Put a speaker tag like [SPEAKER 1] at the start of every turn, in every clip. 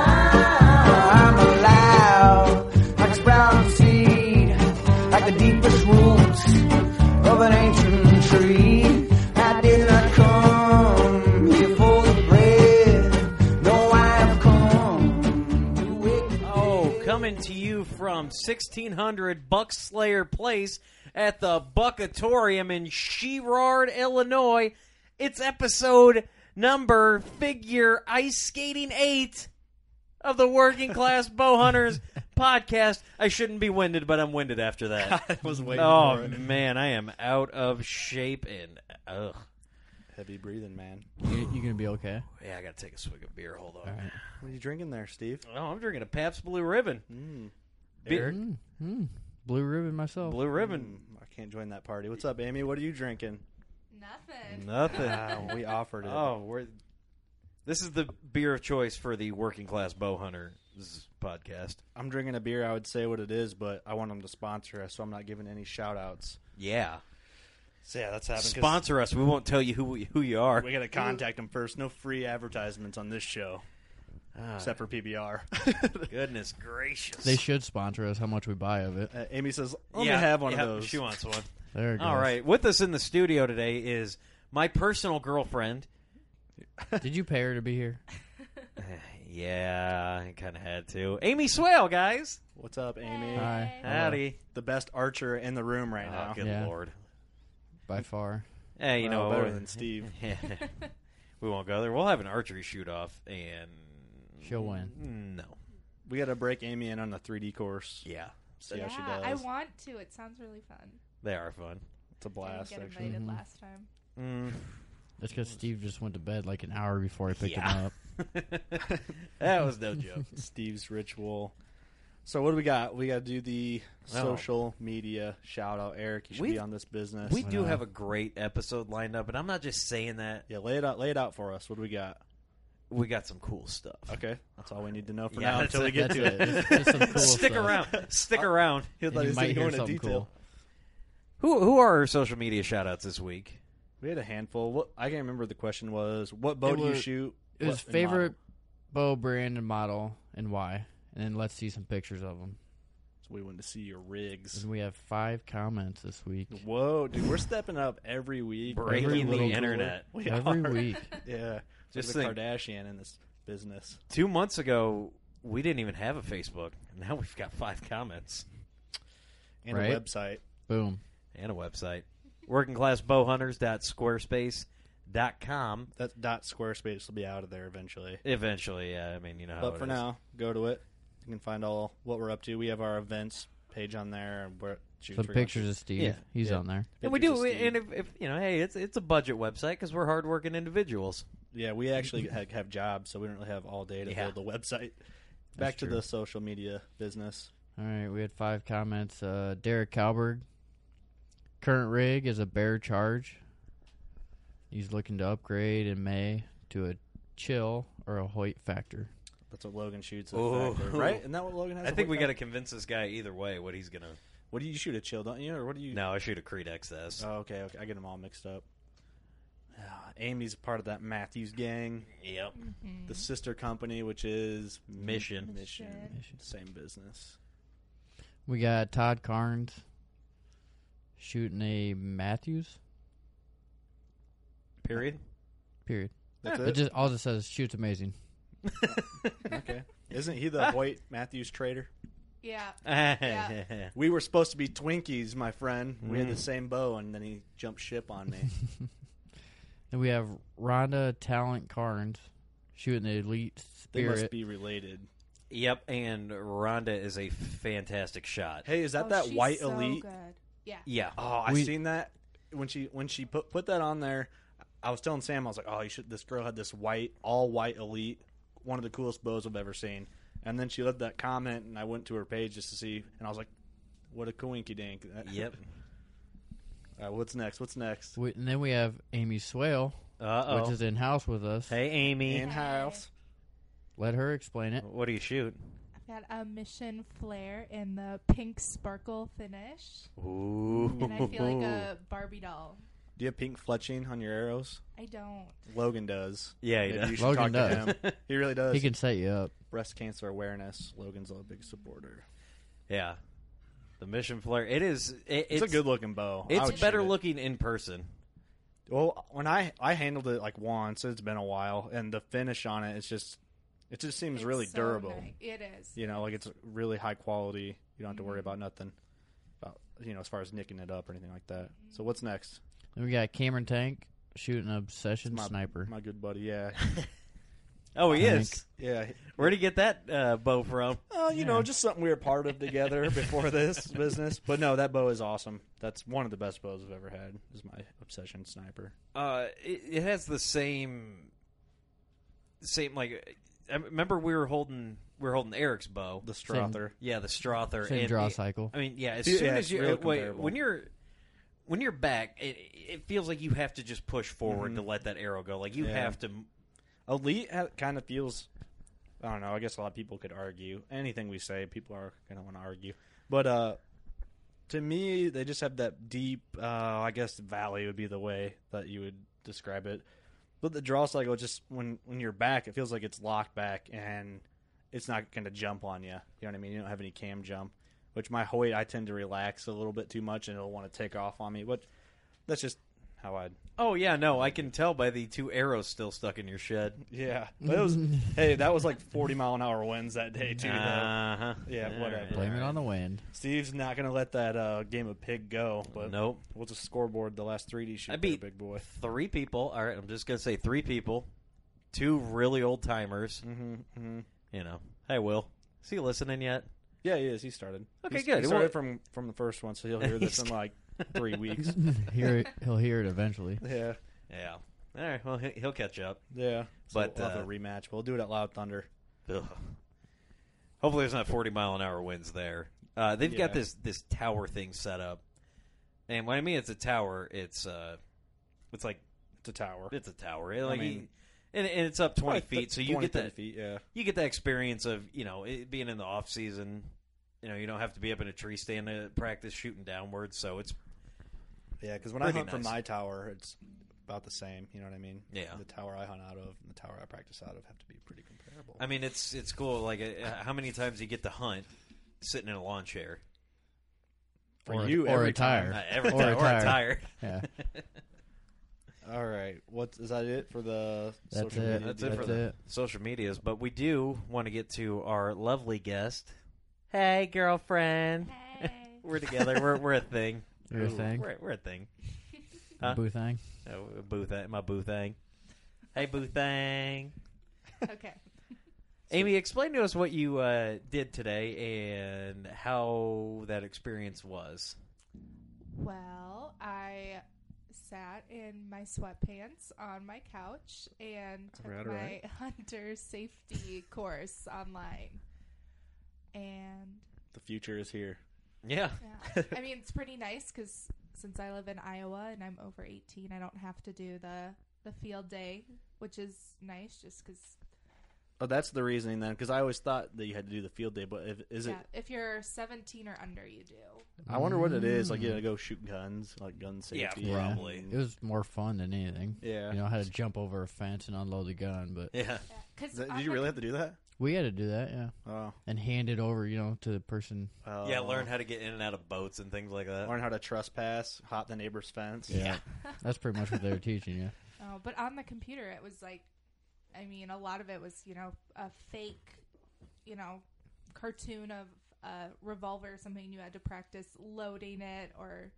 [SPEAKER 1] I'm alive, like a sprouting seed, like the deepest roots of an ancient tree. I did not come here for the bread, no, I have come to wake
[SPEAKER 2] Oh, coming to you from 1600 Buck Slayer Place at the Buckatorium in Sherard, Illinois. It's episode number figure ice skating eight of the Working Class Bow Hunters podcast. I shouldn't be winded, but I'm winded after that.
[SPEAKER 3] I was waiting
[SPEAKER 2] oh man, I am out of shape and ugh.
[SPEAKER 3] Heavy breathing, man.
[SPEAKER 4] You, you gonna be okay?
[SPEAKER 2] Yeah, I gotta take a swig of beer. Hold on.
[SPEAKER 3] What are you drinking there, Steve?
[SPEAKER 2] Oh, I'm drinking a Pabst Blue Ribbon. Be-
[SPEAKER 4] Mm, mm. Blue ribbon myself.
[SPEAKER 2] Blue Ribbon.
[SPEAKER 3] I can't join that party. What's up, Amy? What are you drinking?
[SPEAKER 5] Nothing.
[SPEAKER 2] Nothing.
[SPEAKER 3] Wow, we offered it.
[SPEAKER 2] Oh, we're this is the beer of choice for the working class bow hunters podcast.
[SPEAKER 3] I'm drinking a beer. I would say what it is, but I want them to sponsor us, so I'm not giving any shout outs.
[SPEAKER 2] Yeah,
[SPEAKER 3] So yeah, that's happening. 'cause
[SPEAKER 2] sponsor us. We won't tell you who we, who you are.
[SPEAKER 3] We got to contact them first. No free advertisements on this show,
[SPEAKER 2] Ah,
[SPEAKER 3] except for PBR. Uh,
[SPEAKER 2] goodness gracious!
[SPEAKER 4] They should sponsor us. How much we buy of it?
[SPEAKER 3] Uh, Amy says, "Let
[SPEAKER 2] yeah,
[SPEAKER 3] me have one
[SPEAKER 2] yeah,
[SPEAKER 3] of those."
[SPEAKER 2] She wants one.
[SPEAKER 4] There it goes.
[SPEAKER 2] All right, with us in the studio today is my personal girlfriend.
[SPEAKER 4] Did you pay her to be here?
[SPEAKER 2] Yeah, I kind of had to. Amy Swale, guys.
[SPEAKER 3] What's up, Amy?
[SPEAKER 4] Hi.
[SPEAKER 2] Howdy.
[SPEAKER 3] The best archer in the room right
[SPEAKER 2] Oh,
[SPEAKER 3] now.
[SPEAKER 2] good
[SPEAKER 4] Yeah.
[SPEAKER 2] lord.
[SPEAKER 4] By far.
[SPEAKER 2] Hey, you
[SPEAKER 3] Well,
[SPEAKER 2] know
[SPEAKER 3] better than Steve.
[SPEAKER 2] we won't go there. We'll have an archery shoot off, and Mm,
[SPEAKER 4] She'll win.
[SPEAKER 2] no,
[SPEAKER 3] We got to break Amy in on the 3D course.
[SPEAKER 2] yeah,
[SPEAKER 3] See
[SPEAKER 5] yeah,
[SPEAKER 3] how she does.
[SPEAKER 5] I want to. It sounds really fun.
[SPEAKER 2] they are fun.
[SPEAKER 3] it's a
[SPEAKER 5] I
[SPEAKER 3] blast.
[SPEAKER 5] didn't get
[SPEAKER 3] Actually, Mm-hmm.
[SPEAKER 5] invited
[SPEAKER 4] Mhm.
[SPEAKER 5] last time.
[SPEAKER 2] Mm.
[SPEAKER 4] That's because Steve just went to bed like an hour before I picked
[SPEAKER 2] Yeah.
[SPEAKER 4] him up.
[SPEAKER 2] Mm. that was no joke.
[SPEAKER 3] Steve's ritual. So what do we got? We got to do the
[SPEAKER 2] Well-
[SPEAKER 3] social media shout out. Eric, you should
[SPEAKER 2] We-
[SPEAKER 3] be on this business.
[SPEAKER 2] We do have a great episode lined up, and I'm not just saying that.
[SPEAKER 3] yeah, lay it out. Lay it out for us. What do we got?
[SPEAKER 2] We got some cool stuff.
[SPEAKER 3] Okay, that's all we need to know for
[SPEAKER 2] Yeah,
[SPEAKER 3] now
[SPEAKER 2] that's
[SPEAKER 3] until we
[SPEAKER 2] it.
[SPEAKER 3] get
[SPEAKER 4] That's
[SPEAKER 3] to it.
[SPEAKER 4] it. It's just some cool
[SPEAKER 2] Stick
[SPEAKER 4] stuff.
[SPEAKER 2] around. Stick around.
[SPEAKER 3] He'll
[SPEAKER 4] And you might hear something cool.
[SPEAKER 2] Who who are our social media shout outs this week?
[SPEAKER 3] We had a handful. What I can't remember the question was. What bow
[SPEAKER 4] It
[SPEAKER 3] do you
[SPEAKER 4] was-
[SPEAKER 3] shoot?
[SPEAKER 4] It was
[SPEAKER 3] What- and
[SPEAKER 4] favorite
[SPEAKER 3] model?
[SPEAKER 4] bow brand and model and why. And then let's see some pictures of them.
[SPEAKER 3] So we wanted to see your rigs.
[SPEAKER 4] And we have five comments this week.
[SPEAKER 3] Whoa, dude, we're stepping up every week.
[SPEAKER 2] Breaking
[SPEAKER 3] every
[SPEAKER 2] the
[SPEAKER 3] little
[SPEAKER 2] internet.
[SPEAKER 3] cooler. We
[SPEAKER 4] Every
[SPEAKER 3] are.
[SPEAKER 4] week.
[SPEAKER 3] Yeah,
[SPEAKER 2] Just
[SPEAKER 3] just the
[SPEAKER 2] think-
[SPEAKER 3] Kardashian in this business.
[SPEAKER 2] Two months ago, we didn't even have a Facebook. and Now we've got five comments
[SPEAKER 3] and a
[SPEAKER 4] Right?
[SPEAKER 3] website.
[SPEAKER 4] Boom.
[SPEAKER 2] and a website. WorkingClassBowHunters.squarespace.com.
[SPEAKER 3] That dot Squarespace will be out of there eventually.
[SPEAKER 2] Eventually, yeah. I mean, you know how.
[SPEAKER 3] but
[SPEAKER 2] it
[SPEAKER 3] for
[SPEAKER 2] is.
[SPEAKER 3] now, go to it. You can find all what we're up to. We have our events page on there, and we're shoot,
[SPEAKER 4] Some
[SPEAKER 3] we're gonna
[SPEAKER 4] pictures
[SPEAKER 3] shoot
[SPEAKER 4] of Steve.
[SPEAKER 2] Yeah.
[SPEAKER 4] He's
[SPEAKER 3] Yeah.
[SPEAKER 4] on there.
[SPEAKER 2] and we
[SPEAKER 3] pictures
[SPEAKER 2] do.
[SPEAKER 3] of Steve.
[SPEAKER 2] And if, if you know, hey, it's it's a budget website because we're hardworking individuals.
[SPEAKER 3] yeah, we actually ha- have jobs, so we don't really have all day to
[SPEAKER 2] Yeah.
[SPEAKER 3] build a website. Back to
[SPEAKER 4] true.
[SPEAKER 3] the social media business.
[SPEAKER 4] All right, we had five comments. Uh, Derek Calberg. Current rig is a bear charge. He's looking to upgrade in May to a chill or a Hoyt factor.
[SPEAKER 3] That's what Logan shoots. At
[SPEAKER 2] Oh.
[SPEAKER 3] Factor, right? Isn't that what Logan has?
[SPEAKER 2] I think we got
[SPEAKER 3] got
[SPEAKER 2] to convince this guy either way what he's gonna.
[SPEAKER 3] What do you shoot a chill? Don't you? Or what do you?
[SPEAKER 2] No, I shoot a Creed XS.
[SPEAKER 3] Oh, okay, okay. I get them all mixed up. Ah, Amy's part of that Matthews gang.
[SPEAKER 2] Yep.
[SPEAKER 3] The sister company, which is
[SPEAKER 2] Mission.
[SPEAKER 3] Mission.
[SPEAKER 4] Mission.
[SPEAKER 3] Same business.
[SPEAKER 4] We got Todd Carnes shooting a Matthews.
[SPEAKER 2] Period.
[SPEAKER 4] Period.
[SPEAKER 3] That's
[SPEAKER 4] Ah, It
[SPEAKER 3] it.
[SPEAKER 4] just all it says shoots amazing.
[SPEAKER 3] okay. Isn't he
[SPEAKER 4] Ah.
[SPEAKER 3] the Hoyt Matthews traitor?
[SPEAKER 5] Yeah.
[SPEAKER 2] yeah.
[SPEAKER 3] We were supposed to be Twinkies, my friend. We had the same bow, and then he jumped ship on me.
[SPEAKER 4] Then we have Rhonda Talent Carnes shooting the Elite
[SPEAKER 3] they
[SPEAKER 4] Spirit.
[SPEAKER 3] must be related.
[SPEAKER 2] Yep. And Rhonda is a fantastic shot.
[SPEAKER 3] Hey, is that
[SPEAKER 5] Oh,
[SPEAKER 3] that
[SPEAKER 5] she's
[SPEAKER 3] white
[SPEAKER 5] so
[SPEAKER 3] elite?
[SPEAKER 5] good. Yeah.
[SPEAKER 2] Yeah.
[SPEAKER 3] Oh, I
[SPEAKER 4] We-
[SPEAKER 3] seen that when she when she put put that on there. I was telling Sam, I was like, oh, you should. This girl had this white, all white elite, one of the coolest bows I've ever seen. And then she left that comment, and I went to her page just to see, and I was like, what a coinky dink.
[SPEAKER 2] Yep.
[SPEAKER 3] All right, what's next? What's next?
[SPEAKER 4] We- and then we have Amy Swale,
[SPEAKER 2] Uh
[SPEAKER 4] which
[SPEAKER 2] oh.
[SPEAKER 4] is in house with us.
[SPEAKER 2] Hey, Amy.
[SPEAKER 3] In house.
[SPEAKER 4] Let her explain
[SPEAKER 3] Oh,
[SPEAKER 4] it.
[SPEAKER 2] What do you shoot?
[SPEAKER 5] I've got a mission flare in the pink sparkle finish,
[SPEAKER 2] Ooh.
[SPEAKER 5] and I feel like a Barbie doll.
[SPEAKER 3] Do you have pink fletching on your arrows?
[SPEAKER 5] I don't.
[SPEAKER 3] Logan does.
[SPEAKER 2] Yeah, he
[SPEAKER 3] Maybe
[SPEAKER 2] does.
[SPEAKER 3] you should
[SPEAKER 4] Logan
[SPEAKER 3] talk
[SPEAKER 4] does.
[SPEAKER 3] to him. He really does.
[SPEAKER 4] He can set you up.
[SPEAKER 3] Breast cancer awareness. Logan's a big supporter.
[SPEAKER 2] Yeah. The mission flare. It is. It,
[SPEAKER 3] It's, a good looking bow. I would
[SPEAKER 2] It's
[SPEAKER 3] shoot
[SPEAKER 2] better
[SPEAKER 3] it.
[SPEAKER 2] looking in person.
[SPEAKER 3] Well, when I I handled it like once, it's been a while, and the finish on it, it's just it just seems
[SPEAKER 5] It's
[SPEAKER 3] really
[SPEAKER 5] so
[SPEAKER 3] durable.
[SPEAKER 5] nice. It is.
[SPEAKER 3] You know, like it's really high quality. You don't have to
[SPEAKER 5] Mm-hmm.
[SPEAKER 3] worry about nothing, about you know, as far as nicking it up or anything like that. So what's next?
[SPEAKER 4] Then we got Cameron Tank shooting Obsession
[SPEAKER 3] my-
[SPEAKER 4] Sniper.
[SPEAKER 3] My good buddy, yeah,
[SPEAKER 2] Oh, he
[SPEAKER 4] Tank.
[SPEAKER 2] is.
[SPEAKER 3] yeah.
[SPEAKER 2] Where'd he get that uh, bow from?
[SPEAKER 3] Oh, you know, just something we were part of together before this business. But no, that bow is awesome. That's one of the best bows I've ever had. Is my obsession sniper.
[SPEAKER 2] Uh, it, it has the same, same like. I remember we were holding we were holding Eric's bow.
[SPEAKER 3] The Strother.
[SPEAKER 2] yeah, the Strother.
[SPEAKER 4] Same
[SPEAKER 2] and
[SPEAKER 4] draw
[SPEAKER 2] the-
[SPEAKER 4] cycle.
[SPEAKER 2] I mean, yeah. As
[SPEAKER 3] Yeah,
[SPEAKER 2] soon
[SPEAKER 3] it's
[SPEAKER 2] as you uh,
[SPEAKER 3] really
[SPEAKER 2] wait,
[SPEAKER 3] comparable.
[SPEAKER 2] when you're when you're back, it, it feels like you have to just push forward to let that arrow go. Like you
[SPEAKER 3] Mm-hmm. Yeah.
[SPEAKER 2] have to.
[SPEAKER 3] Elite kind of feels. I don't know. I guess a lot of people could argue anything we say. People are gonna want to argue, but uh, to me, they just have that deep. Uh, I guess valley would be the way that you would describe it. But the draw cycle, just when when you're back, it feels like it's locked back and it's not gonna jump on you. You know what I mean? You don't have any cam jump. Which my Hoyt, I tend to relax a little bit too much, and it'll want to take off on me. But that's just how I
[SPEAKER 2] Oh yeah, no, I can tell by the two arrows still stuck in your shed.
[SPEAKER 3] yeah, but it was. hey, that was like forty mile an hour winds that day too. though.
[SPEAKER 2] Uh-huh.
[SPEAKER 3] Yeah,
[SPEAKER 2] All
[SPEAKER 3] whatever.
[SPEAKER 2] right.
[SPEAKER 4] Blame it on the wind.
[SPEAKER 3] Steve's not gonna let that uh, game of pig go. But
[SPEAKER 2] Nope.
[SPEAKER 3] we'll just scoreboard the last three D shoot.
[SPEAKER 2] I
[SPEAKER 3] there,
[SPEAKER 2] beat
[SPEAKER 3] big boy.
[SPEAKER 2] three people. All right, I'm just gonna say three people, two really old timers.
[SPEAKER 3] Mm-hmm, mm-hmm.
[SPEAKER 2] You know, hey Will, is he listening yet?
[SPEAKER 3] Yeah, he is. He started.
[SPEAKER 2] Okay,
[SPEAKER 3] He's-
[SPEAKER 2] good.
[SPEAKER 3] He started
[SPEAKER 2] Well-
[SPEAKER 3] from from the first one, so he'll hear this in like three weeks.
[SPEAKER 4] Hear it, he'll hear it eventually.
[SPEAKER 3] Yeah,
[SPEAKER 2] Yeah. All right. Well, he- he'll catch up.
[SPEAKER 3] yeah. So
[SPEAKER 2] But,
[SPEAKER 3] we'll have
[SPEAKER 2] uh,
[SPEAKER 3] a rematch. We'll do it at Loud Thunder.
[SPEAKER 2] Ugh. Hopefully, there's not 40 mile an hour winds there. Uh, they've got
[SPEAKER 3] Yeah.
[SPEAKER 2] this this tower thing set up, and when I mean it's a tower, it's uh, it's like
[SPEAKER 3] It's a tower.
[SPEAKER 2] it's a tower. It, like,
[SPEAKER 3] mean-
[SPEAKER 2] and, and it's up 20
[SPEAKER 3] Like,
[SPEAKER 2] feet, so you
[SPEAKER 3] 20,
[SPEAKER 2] get that
[SPEAKER 3] 30 feet. Yeah.
[SPEAKER 2] you get the experience of you know it being in the off season. You know, you don't have to be up in a tree stand to practice shooting downwards, so it's
[SPEAKER 3] Yeah, because when
[SPEAKER 2] Pretty
[SPEAKER 3] I hunt from
[SPEAKER 2] nice.
[SPEAKER 3] my tower, it's about the same. You know what I mean?
[SPEAKER 2] Yeah.
[SPEAKER 3] The tower I hunt out of and the tower I practice out of have to be pretty comparable.
[SPEAKER 2] I mean, it's it's cool. Like, uh, how many times you get to hunt sitting in a lawn chair?
[SPEAKER 3] For
[SPEAKER 4] Or a-
[SPEAKER 3] you,
[SPEAKER 4] or a
[SPEAKER 3] every time.
[SPEAKER 4] tire.
[SPEAKER 2] Uh, every
[SPEAKER 4] Or
[SPEAKER 2] time,
[SPEAKER 4] a
[SPEAKER 2] or a
[SPEAKER 4] tire.
[SPEAKER 2] tire.
[SPEAKER 4] Yeah,
[SPEAKER 3] All right. What is that? It for the
[SPEAKER 4] that's
[SPEAKER 3] social
[SPEAKER 4] it.
[SPEAKER 3] media?
[SPEAKER 2] That's it for the social medias. But we do want to get to our lovely guest. Hey, girlfriend.
[SPEAKER 5] Hey.
[SPEAKER 2] We're together. We're we're a thing.
[SPEAKER 4] You're a thing?
[SPEAKER 2] We're, we're a thing. Huh?
[SPEAKER 4] Huh? Boo thing.
[SPEAKER 2] Uh, boo thang. My boo thing. Hey, boo thing.
[SPEAKER 5] okay.
[SPEAKER 2] Amy, explain to us what you uh, did today and how that experience was.
[SPEAKER 5] Well, I sat in my sweatpants on my couch and took
[SPEAKER 3] Alright,
[SPEAKER 5] my
[SPEAKER 3] alright.
[SPEAKER 5] hunter safety course online. And
[SPEAKER 3] The future is here.
[SPEAKER 2] Yeah.
[SPEAKER 5] yeah, I mean it's pretty nice because since I live in Iowa and I'm over 18, I don't have to do the the field day, which is nice just because
[SPEAKER 3] Oh, that's the reasoning then, because I always thought that you had to do the field day. But if, is
[SPEAKER 5] Yeah,
[SPEAKER 3] it?
[SPEAKER 5] if you're 17 or under, you do.
[SPEAKER 3] I wonder what it is. Like you had to go shoot guns, like gun
[SPEAKER 2] Yeah,
[SPEAKER 3] safety.
[SPEAKER 2] probably.
[SPEAKER 4] Mm. It was more fun than anything.
[SPEAKER 3] Yeah.
[SPEAKER 4] You know, I had to jump over a fence and unload the gun, but
[SPEAKER 3] Yeah.
[SPEAKER 5] Cause
[SPEAKER 3] Is that-
[SPEAKER 5] on
[SPEAKER 3] did you
[SPEAKER 5] my-
[SPEAKER 3] really have to do that?
[SPEAKER 4] we had to do that, yeah.
[SPEAKER 3] Oh,
[SPEAKER 4] And hand it over, you know, to the person.
[SPEAKER 3] oh.
[SPEAKER 2] Yeah, learn how to get in and out of boats and things like that.
[SPEAKER 3] learn how to trespass, hop the neighbor's fence.
[SPEAKER 4] That's pretty much what they were teaching you.
[SPEAKER 5] Oh, but on the computer, it was like, I mean, a lot of it was, you know, a fake, you know, cartoon of a revolver or something. You had to practice loading it or.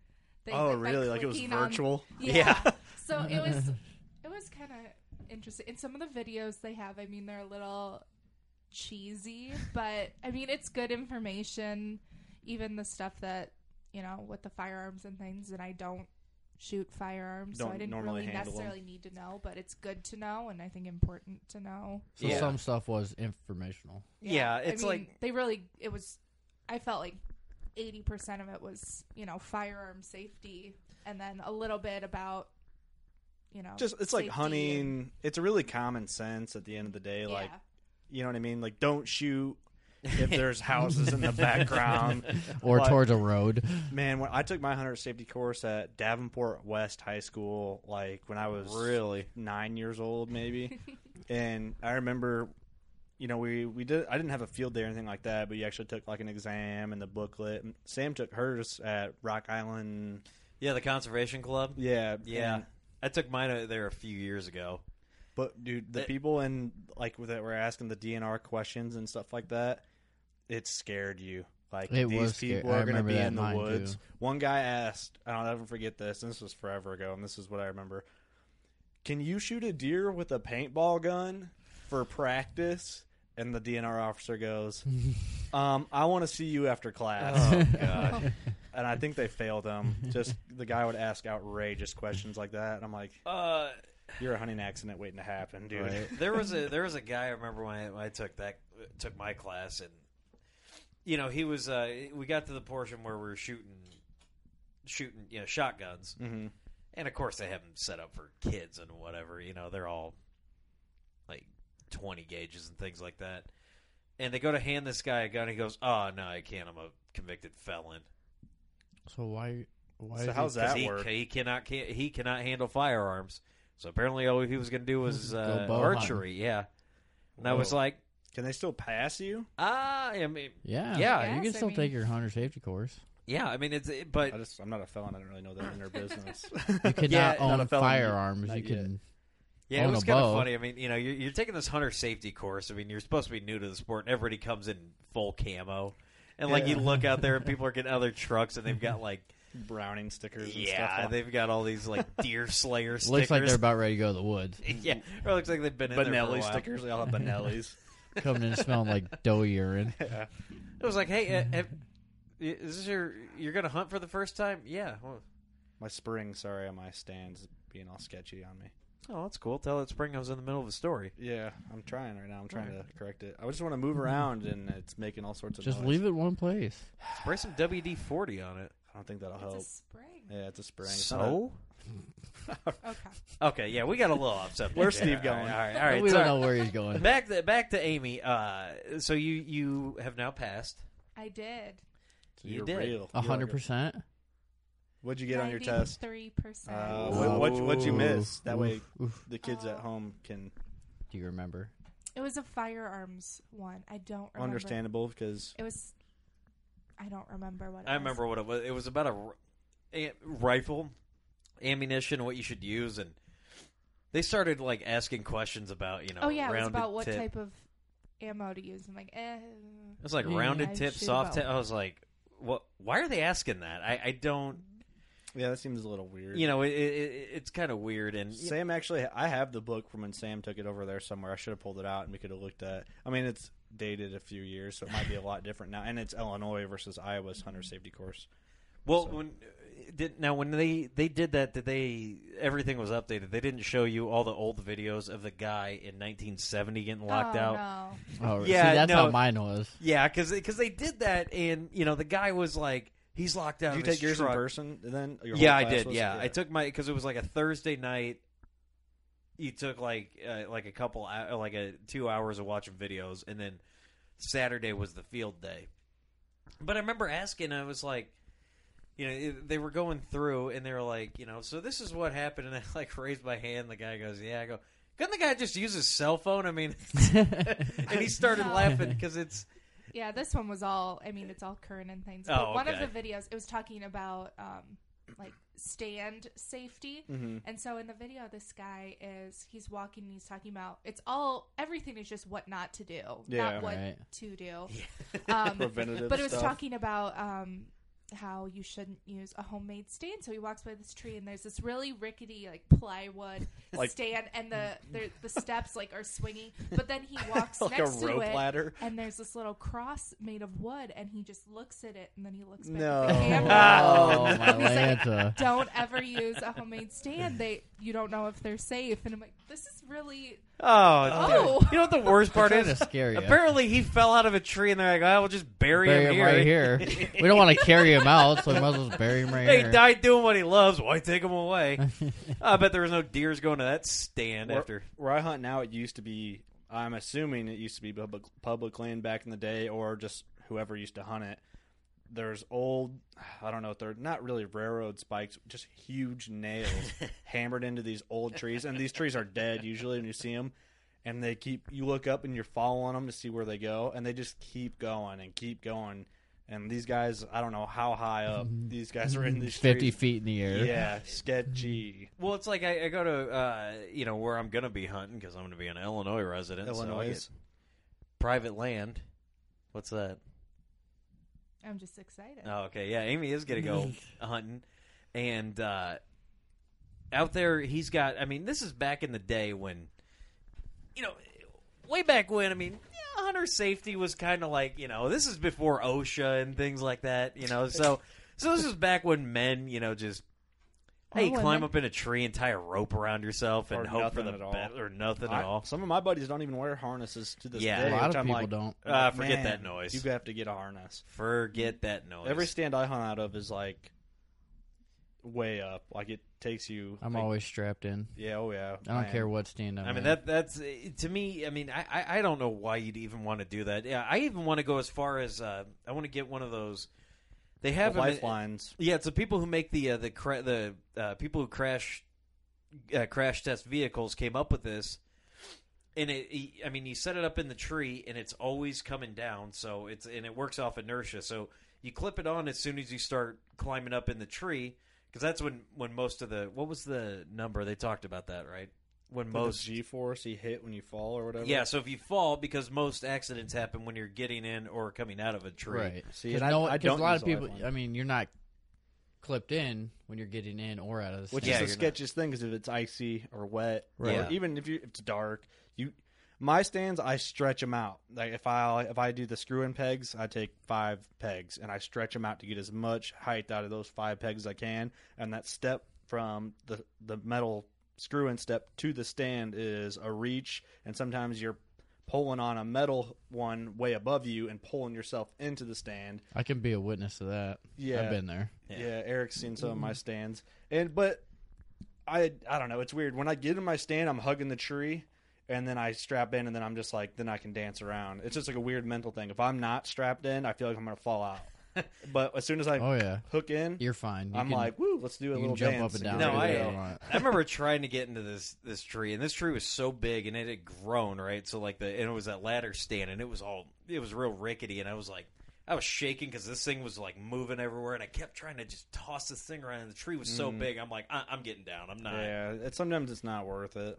[SPEAKER 5] Things
[SPEAKER 3] Oh,
[SPEAKER 5] like by
[SPEAKER 3] really? Like it was
[SPEAKER 5] clicking on-
[SPEAKER 3] virtual?
[SPEAKER 5] yeah. so it was, it was kind of interesting. And some of the videos they have, I mean, they're a little cheesy, but I mean, it's good information. Even the stuff that you know with the firearms and things, and I don't shoot firearms, so
[SPEAKER 3] Don't
[SPEAKER 5] I didn't
[SPEAKER 3] normally
[SPEAKER 5] really
[SPEAKER 3] handle 'em.
[SPEAKER 5] necessarily need to know, but it's good to know, and I think important to know.
[SPEAKER 4] So
[SPEAKER 2] Yeah.
[SPEAKER 4] some stuff was informational.
[SPEAKER 2] Yeah,
[SPEAKER 5] I
[SPEAKER 2] it's
[SPEAKER 5] mean,
[SPEAKER 2] like-
[SPEAKER 5] they really. It was. I felt like eighty percent of it was you know firearm safety, and then a little bit about you know
[SPEAKER 3] Just it's like
[SPEAKER 5] safety and-
[SPEAKER 3] hunting. It's really common sense at the end of the day. Like
[SPEAKER 5] yeah.
[SPEAKER 3] you know what I mean? Like don't shoot if there's houses in the background.
[SPEAKER 4] Or
[SPEAKER 3] But-
[SPEAKER 4] towards a road.
[SPEAKER 3] Man, when I took my hunter safety course at Davenport West High School, like when I was really nine years old, maybe, and I remember, you know, we we did. I didn't have a field day or anything like that, but you actually took like an exam and the booklet. And Sam took hers at Rock Island.
[SPEAKER 2] yeah, the conservation club.
[SPEAKER 3] Yeah,
[SPEAKER 2] Yeah,
[SPEAKER 3] and-
[SPEAKER 2] I took mine out there a few years ago.
[SPEAKER 3] But dude, the
[SPEAKER 2] It-
[SPEAKER 3] people in like that were asking the DNR questions and stuff like that, it scared you. Like
[SPEAKER 4] It
[SPEAKER 3] these
[SPEAKER 4] was scar-
[SPEAKER 3] people
[SPEAKER 4] I
[SPEAKER 3] are going to
[SPEAKER 4] remember
[SPEAKER 3] be
[SPEAKER 4] that
[SPEAKER 3] in the
[SPEAKER 4] mine,
[SPEAKER 3] woods.
[SPEAKER 4] too.
[SPEAKER 3] One guy asked, and I'll never forget this. And this was forever ago, and this is what I remember. Can you shoot a deer with a paintball gun for practice? And the DNR officer goes, um, "I want to see you after class."
[SPEAKER 2] Oh,
[SPEAKER 4] Oh.
[SPEAKER 2] God.
[SPEAKER 3] And I think they failed him. Just the guy would ask outrageous questions like that, and I'm like,
[SPEAKER 2] uh,
[SPEAKER 3] "You're a hunting accident waiting to happen, dude."
[SPEAKER 4] Right.
[SPEAKER 2] there was a there was a guy I remember when I, when I took that took my class and you know he was uh, we got to the portion where we were shooting shooting you know shotguns
[SPEAKER 3] Mhm.
[SPEAKER 2] and of course they have them set up for kids and whatever you know they're all like 20 gauges and things like that and they go to hand this guy a gun he goes oh no I can't I'm a convicted felon
[SPEAKER 4] So why why
[SPEAKER 3] So
[SPEAKER 4] is it-
[SPEAKER 3] how's that
[SPEAKER 2] he,
[SPEAKER 3] work?
[SPEAKER 2] he cannot can, he cannot handle firearms so apparently all he was going to do was uh,
[SPEAKER 4] bow hunting.
[SPEAKER 2] archery yeah and I was
[SPEAKER 3] Whoa.
[SPEAKER 2] like
[SPEAKER 3] Can they still pass you?
[SPEAKER 2] Ah, I mean,
[SPEAKER 4] Yeah.
[SPEAKER 2] Yeah,
[SPEAKER 4] You can
[SPEAKER 5] Yes, I
[SPEAKER 4] still take
[SPEAKER 5] mean-
[SPEAKER 4] your hunter safety course.
[SPEAKER 2] yeah, I mean, it's it, but
[SPEAKER 3] I just I'm not a felon. I don't really know that inner business.
[SPEAKER 4] You could
[SPEAKER 2] Yeah,
[SPEAKER 4] not
[SPEAKER 3] not
[SPEAKER 4] own
[SPEAKER 3] a felony.
[SPEAKER 4] firearms.
[SPEAKER 3] Not
[SPEAKER 4] you
[SPEAKER 3] yet.
[SPEAKER 4] can
[SPEAKER 2] yeah, it
[SPEAKER 4] on
[SPEAKER 2] was
[SPEAKER 4] a
[SPEAKER 2] kind of
[SPEAKER 4] bow.
[SPEAKER 2] funny. I mean, you know, you're, you're taking this hunter safety course. I mean, you're supposed to be new to the sport, and everybody comes in full camo, and like you
[SPEAKER 3] Yeah.
[SPEAKER 2] look out there, and people are getting other trucks, and they've got like,
[SPEAKER 3] Browning stickers. And
[SPEAKER 2] yeah,
[SPEAKER 3] stuff
[SPEAKER 2] they've got all these like deer slayer stickers.
[SPEAKER 4] looks like they're about ready to go to the woods.
[SPEAKER 2] yeah, or it looks like they've been in there for a
[SPEAKER 3] Benelli
[SPEAKER 2] while.
[SPEAKER 3] stickers. They all have Benelli's.
[SPEAKER 4] Coming in smelling like dough urine.
[SPEAKER 2] It was like, hey, uh, have- is this your you're gonna hunt for the first time? Yeah. Well,
[SPEAKER 3] my spring, sorry, on my stands being all sketchy on me.
[SPEAKER 2] oh, that's cool. Tell that spring I was in the middle of a story.
[SPEAKER 3] Yeah, I'm trying right now. I'm trying to correct it. I just want to move around, and it's making all sorts of.
[SPEAKER 4] Just
[SPEAKER 3] noise.
[SPEAKER 4] leave it one place.
[SPEAKER 2] Spray some WD forty on it.
[SPEAKER 3] I don't think that'll
[SPEAKER 5] It's
[SPEAKER 3] help.
[SPEAKER 5] a spring.
[SPEAKER 3] yeah, it's a spring. It's not
[SPEAKER 2] So.
[SPEAKER 5] Okay.
[SPEAKER 2] Okay, yeah, we got a little off subject.
[SPEAKER 3] Where's
[SPEAKER 2] there.
[SPEAKER 3] Steve
[SPEAKER 2] All right,
[SPEAKER 3] going?
[SPEAKER 2] All right, all right.
[SPEAKER 4] we
[SPEAKER 2] sorry.
[SPEAKER 4] don't know where he's going.
[SPEAKER 2] Back to back to Amy. Uh, so you you have now passed.
[SPEAKER 5] I did.
[SPEAKER 3] a-
[SPEAKER 2] You
[SPEAKER 3] you're
[SPEAKER 2] did.
[SPEAKER 3] real.
[SPEAKER 4] A
[SPEAKER 3] You're
[SPEAKER 4] hundred
[SPEAKER 3] good.
[SPEAKER 4] percent.
[SPEAKER 3] What'd you get on your test?
[SPEAKER 5] Three percent.
[SPEAKER 3] Uh,
[SPEAKER 4] Wow.
[SPEAKER 3] what, what, what'd you miss?
[SPEAKER 4] Oof,
[SPEAKER 3] That way,
[SPEAKER 4] oof, oof.
[SPEAKER 3] the kids at
[SPEAKER 5] Uh,
[SPEAKER 3] home can
[SPEAKER 4] Do you remember?
[SPEAKER 5] it was a firearms one. I don't remember.
[SPEAKER 3] understandable because
[SPEAKER 5] It was. I don't remember what. It
[SPEAKER 2] I
[SPEAKER 5] was.
[SPEAKER 2] remember what it was. It was about a, r- a rifle, ammunition, what you should use, and they started like asking questions about you know.
[SPEAKER 5] Oh yeah, it was
[SPEAKER 2] rounded
[SPEAKER 5] about what
[SPEAKER 2] tip.
[SPEAKER 5] type of ammo to use. I'm like, eh.
[SPEAKER 2] It was like
[SPEAKER 4] Yeah.
[SPEAKER 2] rounded
[SPEAKER 5] I
[SPEAKER 2] tip,
[SPEAKER 5] shoot
[SPEAKER 2] soft
[SPEAKER 5] bow.
[SPEAKER 2] tip. I was like, what? Why are they asking that? I, I don't.
[SPEAKER 3] yeah, that seems a little weird.
[SPEAKER 2] You know, it, it, it, it's kind of weird. And
[SPEAKER 3] Sam actually, I have the book from when Sam took it over there somewhere. I should have pulled it out and we could have looked at. I mean, it's dated a few years, so it might be a lot different now. And it's Illinois versus Iowa's hunter safety course.
[SPEAKER 2] well,
[SPEAKER 3] So-
[SPEAKER 2] when did now when they they did that, did they everything was updated? They didn't show you all the old videos of the guy in 1970 getting locked
[SPEAKER 5] oh,
[SPEAKER 2] out.
[SPEAKER 5] No.
[SPEAKER 4] Oh,
[SPEAKER 2] Yeah,
[SPEAKER 4] see, that's
[SPEAKER 2] no.
[SPEAKER 4] how mine was.
[SPEAKER 2] Yeah, because they did that, and you know the guy was like, he's locked out.
[SPEAKER 3] Did you
[SPEAKER 2] of his
[SPEAKER 3] take yours
[SPEAKER 2] truck.
[SPEAKER 3] in person? Then Your whole
[SPEAKER 2] Yeah, I
[SPEAKER 3] class
[SPEAKER 2] did.
[SPEAKER 3] was-
[SPEAKER 2] Yeah. I took my because it was like a Thursday night you took like uh, like a couple hou- like a two hours of watching videos, and then Saturday was the field day. But I remember asking, I was like, you know, it- they were going through, and they were like, you know, so this is what happened, and I like raised my hand. The guy goes, "Yeah." I go, "Couldn't the guy just use his cell phone?" I mean, and he started
[SPEAKER 5] No.
[SPEAKER 2] laughing because it's
[SPEAKER 5] Yeah, this one was all. I mean, it's all current and things.
[SPEAKER 2] Oh,
[SPEAKER 5] But one
[SPEAKER 2] okay.
[SPEAKER 5] of the videos, it was talking about um, like stand safety,
[SPEAKER 3] Mm-hmm.
[SPEAKER 5] and so in the video, this guy is he's walking and he's talking about it's all everything is just what not to do,
[SPEAKER 3] Yeah.
[SPEAKER 5] not what
[SPEAKER 4] Right.
[SPEAKER 5] to do. Um,
[SPEAKER 3] preventative.
[SPEAKER 5] but it was
[SPEAKER 3] stuff.
[SPEAKER 5] talking about um, how you shouldn't use a homemade stand. So he walks by this tree, and there's this really rickety, like plywood
[SPEAKER 3] Like-
[SPEAKER 5] stand, and the there- the steps like are swinging. But then he walks
[SPEAKER 3] like a
[SPEAKER 5] next to
[SPEAKER 3] rope
[SPEAKER 5] it,
[SPEAKER 3] ladder.
[SPEAKER 5] and there's this little cross made of wood, and he just looks at it, and then he looks back
[SPEAKER 3] No.
[SPEAKER 5] at the
[SPEAKER 2] Ah.
[SPEAKER 5] camera.
[SPEAKER 4] Oh, my
[SPEAKER 5] He's like,
[SPEAKER 4] Lanta.
[SPEAKER 5] Don't ever use a homemade stand. They you don't know if they're safe. And I'm like, this is really
[SPEAKER 2] oh,
[SPEAKER 5] Oh.
[SPEAKER 2] dude. you know what the worst part
[SPEAKER 4] Kind
[SPEAKER 2] is?
[SPEAKER 4] of scary.
[SPEAKER 2] Apparently, he fell out of a tree, and they're like, "I will just bury,
[SPEAKER 4] bury
[SPEAKER 2] him,
[SPEAKER 4] him
[SPEAKER 2] here."
[SPEAKER 4] right here. we don't want to carry him out, so we might as well just bury him right
[SPEAKER 2] Hey,
[SPEAKER 4] here.
[SPEAKER 2] he died doing what he loves. Why take him away? I bet there was no deers going to that stand
[SPEAKER 3] Where-
[SPEAKER 2] after.
[SPEAKER 3] where I hunt now, it used to be. I'm assuming it used to be public, public land back in the day, or just whoever used to hunt it. There's old, I don't know, if they're not really railroad spikes, just huge nails hammered into these old trees, and these trees are dead usually when you see them. And they keep you look up and you're following them to see where they go, and they just keep going and keep going. And these guys, I don't know how high up these guys are in these
[SPEAKER 4] Mm-hmm. Fifty
[SPEAKER 3] trees.
[SPEAKER 4] feet in the air.
[SPEAKER 3] Yeah, sketchy.
[SPEAKER 2] Well, it's like I, I go to uh, you know where I'm going to be hunting because I'm going to be an Illinois resident. so I
[SPEAKER 3] Illinois.
[SPEAKER 2] get private land. What's that?
[SPEAKER 5] I'm just excited.
[SPEAKER 2] Oh, okay. Yeah, Amy is going to go hunting. And uh, out there, he's got. I mean, this is back in the day when, you know, way back when, I mean, yeah, hunter safety was kind of like, you know, this is before OSHA and things like that, you know. So, so this is back when men, you know, just. Hey,
[SPEAKER 5] women.
[SPEAKER 2] climb up in a tree and tie a rope around yourself and
[SPEAKER 3] Or
[SPEAKER 2] hope for
[SPEAKER 3] nothing
[SPEAKER 2] the
[SPEAKER 3] at all.
[SPEAKER 2] best, or nothing
[SPEAKER 3] I-
[SPEAKER 2] at all.
[SPEAKER 3] Some of my buddies don't even wear harnesses to this
[SPEAKER 2] Yeah.
[SPEAKER 3] day.
[SPEAKER 4] A lot
[SPEAKER 3] which
[SPEAKER 4] of
[SPEAKER 3] I'm
[SPEAKER 4] people
[SPEAKER 3] like,
[SPEAKER 4] don't.
[SPEAKER 2] Uh, forget
[SPEAKER 3] "Man,
[SPEAKER 2] that noise.
[SPEAKER 3] You have to get a harness.
[SPEAKER 2] Forget that noise.
[SPEAKER 3] Every stand I hunt out of is like way up. Like it takes you.
[SPEAKER 4] I'm
[SPEAKER 3] like-
[SPEAKER 4] always strapped in.
[SPEAKER 3] Yeah, oh yeah.
[SPEAKER 4] I don't
[SPEAKER 3] man.
[SPEAKER 4] care what stand I'm
[SPEAKER 2] I mean that
[SPEAKER 4] at.
[SPEAKER 2] that's uh, to me. I mean, I, I I don't know why you'd even want to do that. Yeah, I even want to go as far as uh, I want to get one of those. They
[SPEAKER 3] The
[SPEAKER 2] have 'em in-
[SPEAKER 3] lifelines.
[SPEAKER 2] yeah, it's the people who make the uh, the cra- the uh, people who crash uh, crash test vehicles came up with this, and it, I mean, you set it up in the tree, and it's always coming down. So it's and it works off inertia. So you clip it on as soon as you start climbing up in the tree, because that's when when most of the what was the number they talked about that right when
[SPEAKER 3] Most
[SPEAKER 2] most
[SPEAKER 3] G force you hit when you fall or whatever.
[SPEAKER 2] yeah, so if you fall, because most accidents happen when you're getting in or coming out of a tree.
[SPEAKER 4] Right.
[SPEAKER 3] See,
[SPEAKER 4] Because
[SPEAKER 3] and I-
[SPEAKER 4] no,
[SPEAKER 3] I
[SPEAKER 4] because
[SPEAKER 3] don't
[SPEAKER 4] a lot
[SPEAKER 3] use
[SPEAKER 4] of
[SPEAKER 3] the
[SPEAKER 4] people.
[SPEAKER 3] lifeline.
[SPEAKER 4] I mean, you're not clipped in when you're getting in or out of the
[SPEAKER 3] Which
[SPEAKER 4] stand.
[SPEAKER 2] Yeah,
[SPEAKER 3] is
[SPEAKER 2] you're
[SPEAKER 3] the
[SPEAKER 2] not-
[SPEAKER 3] sketchiest thing because if it's icy or wet,
[SPEAKER 4] Right.
[SPEAKER 3] or even if you if it's dark, you my stands I stretch them out. Like if I if I do the screw in pegs, I take five pegs and I stretch them out to get as much height out of those five pegs as I can. And that step from the the metal screw in step to the stand is a reach, and sometimes you're pulling on a metal one way above you and pulling yourself into the stand
[SPEAKER 4] I can be a witness to that.
[SPEAKER 3] Yeah.
[SPEAKER 4] I've been there.
[SPEAKER 2] Yeah.
[SPEAKER 3] yeah. Eric's seen some of my stands, and but I I don't know. It's weird when I get in my stand, I'm hugging the tree, and then I strap in, and then I'm just like, then I can dance around. It's just like a weird mental thing. If I'm not strapped in, I feel like I'm gonna fall out. but as soon as I
[SPEAKER 4] Oh yeah,
[SPEAKER 3] hook in,
[SPEAKER 4] you're fine. You
[SPEAKER 3] I'm
[SPEAKER 4] can-
[SPEAKER 3] like, woo, let's do a
[SPEAKER 4] you
[SPEAKER 3] little
[SPEAKER 4] can jump
[SPEAKER 3] dance.
[SPEAKER 4] up and
[SPEAKER 3] get
[SPEAKER 4] down.
[SPEAKER 2] No,
[SPEAKER 3] ready to
[SPEAKER 2] I-
[SPEAKER 3] go.
[SPEAKER 4] whatever you want.
[SPEAKER 2] I remember trying to get into this this tree, and this tree was so big, and it had grown right. So like the and it was that ladder stand, and it was all it was real rickety, and I was like, I was shaking because this thing was like moving everywhere, and I kept trying to just toss this thing around. And the tree was so big, I'm like, I- I'm getting down. I'm not.
[SPEAKER 3] Yeah, it, sometimes it's not worth it.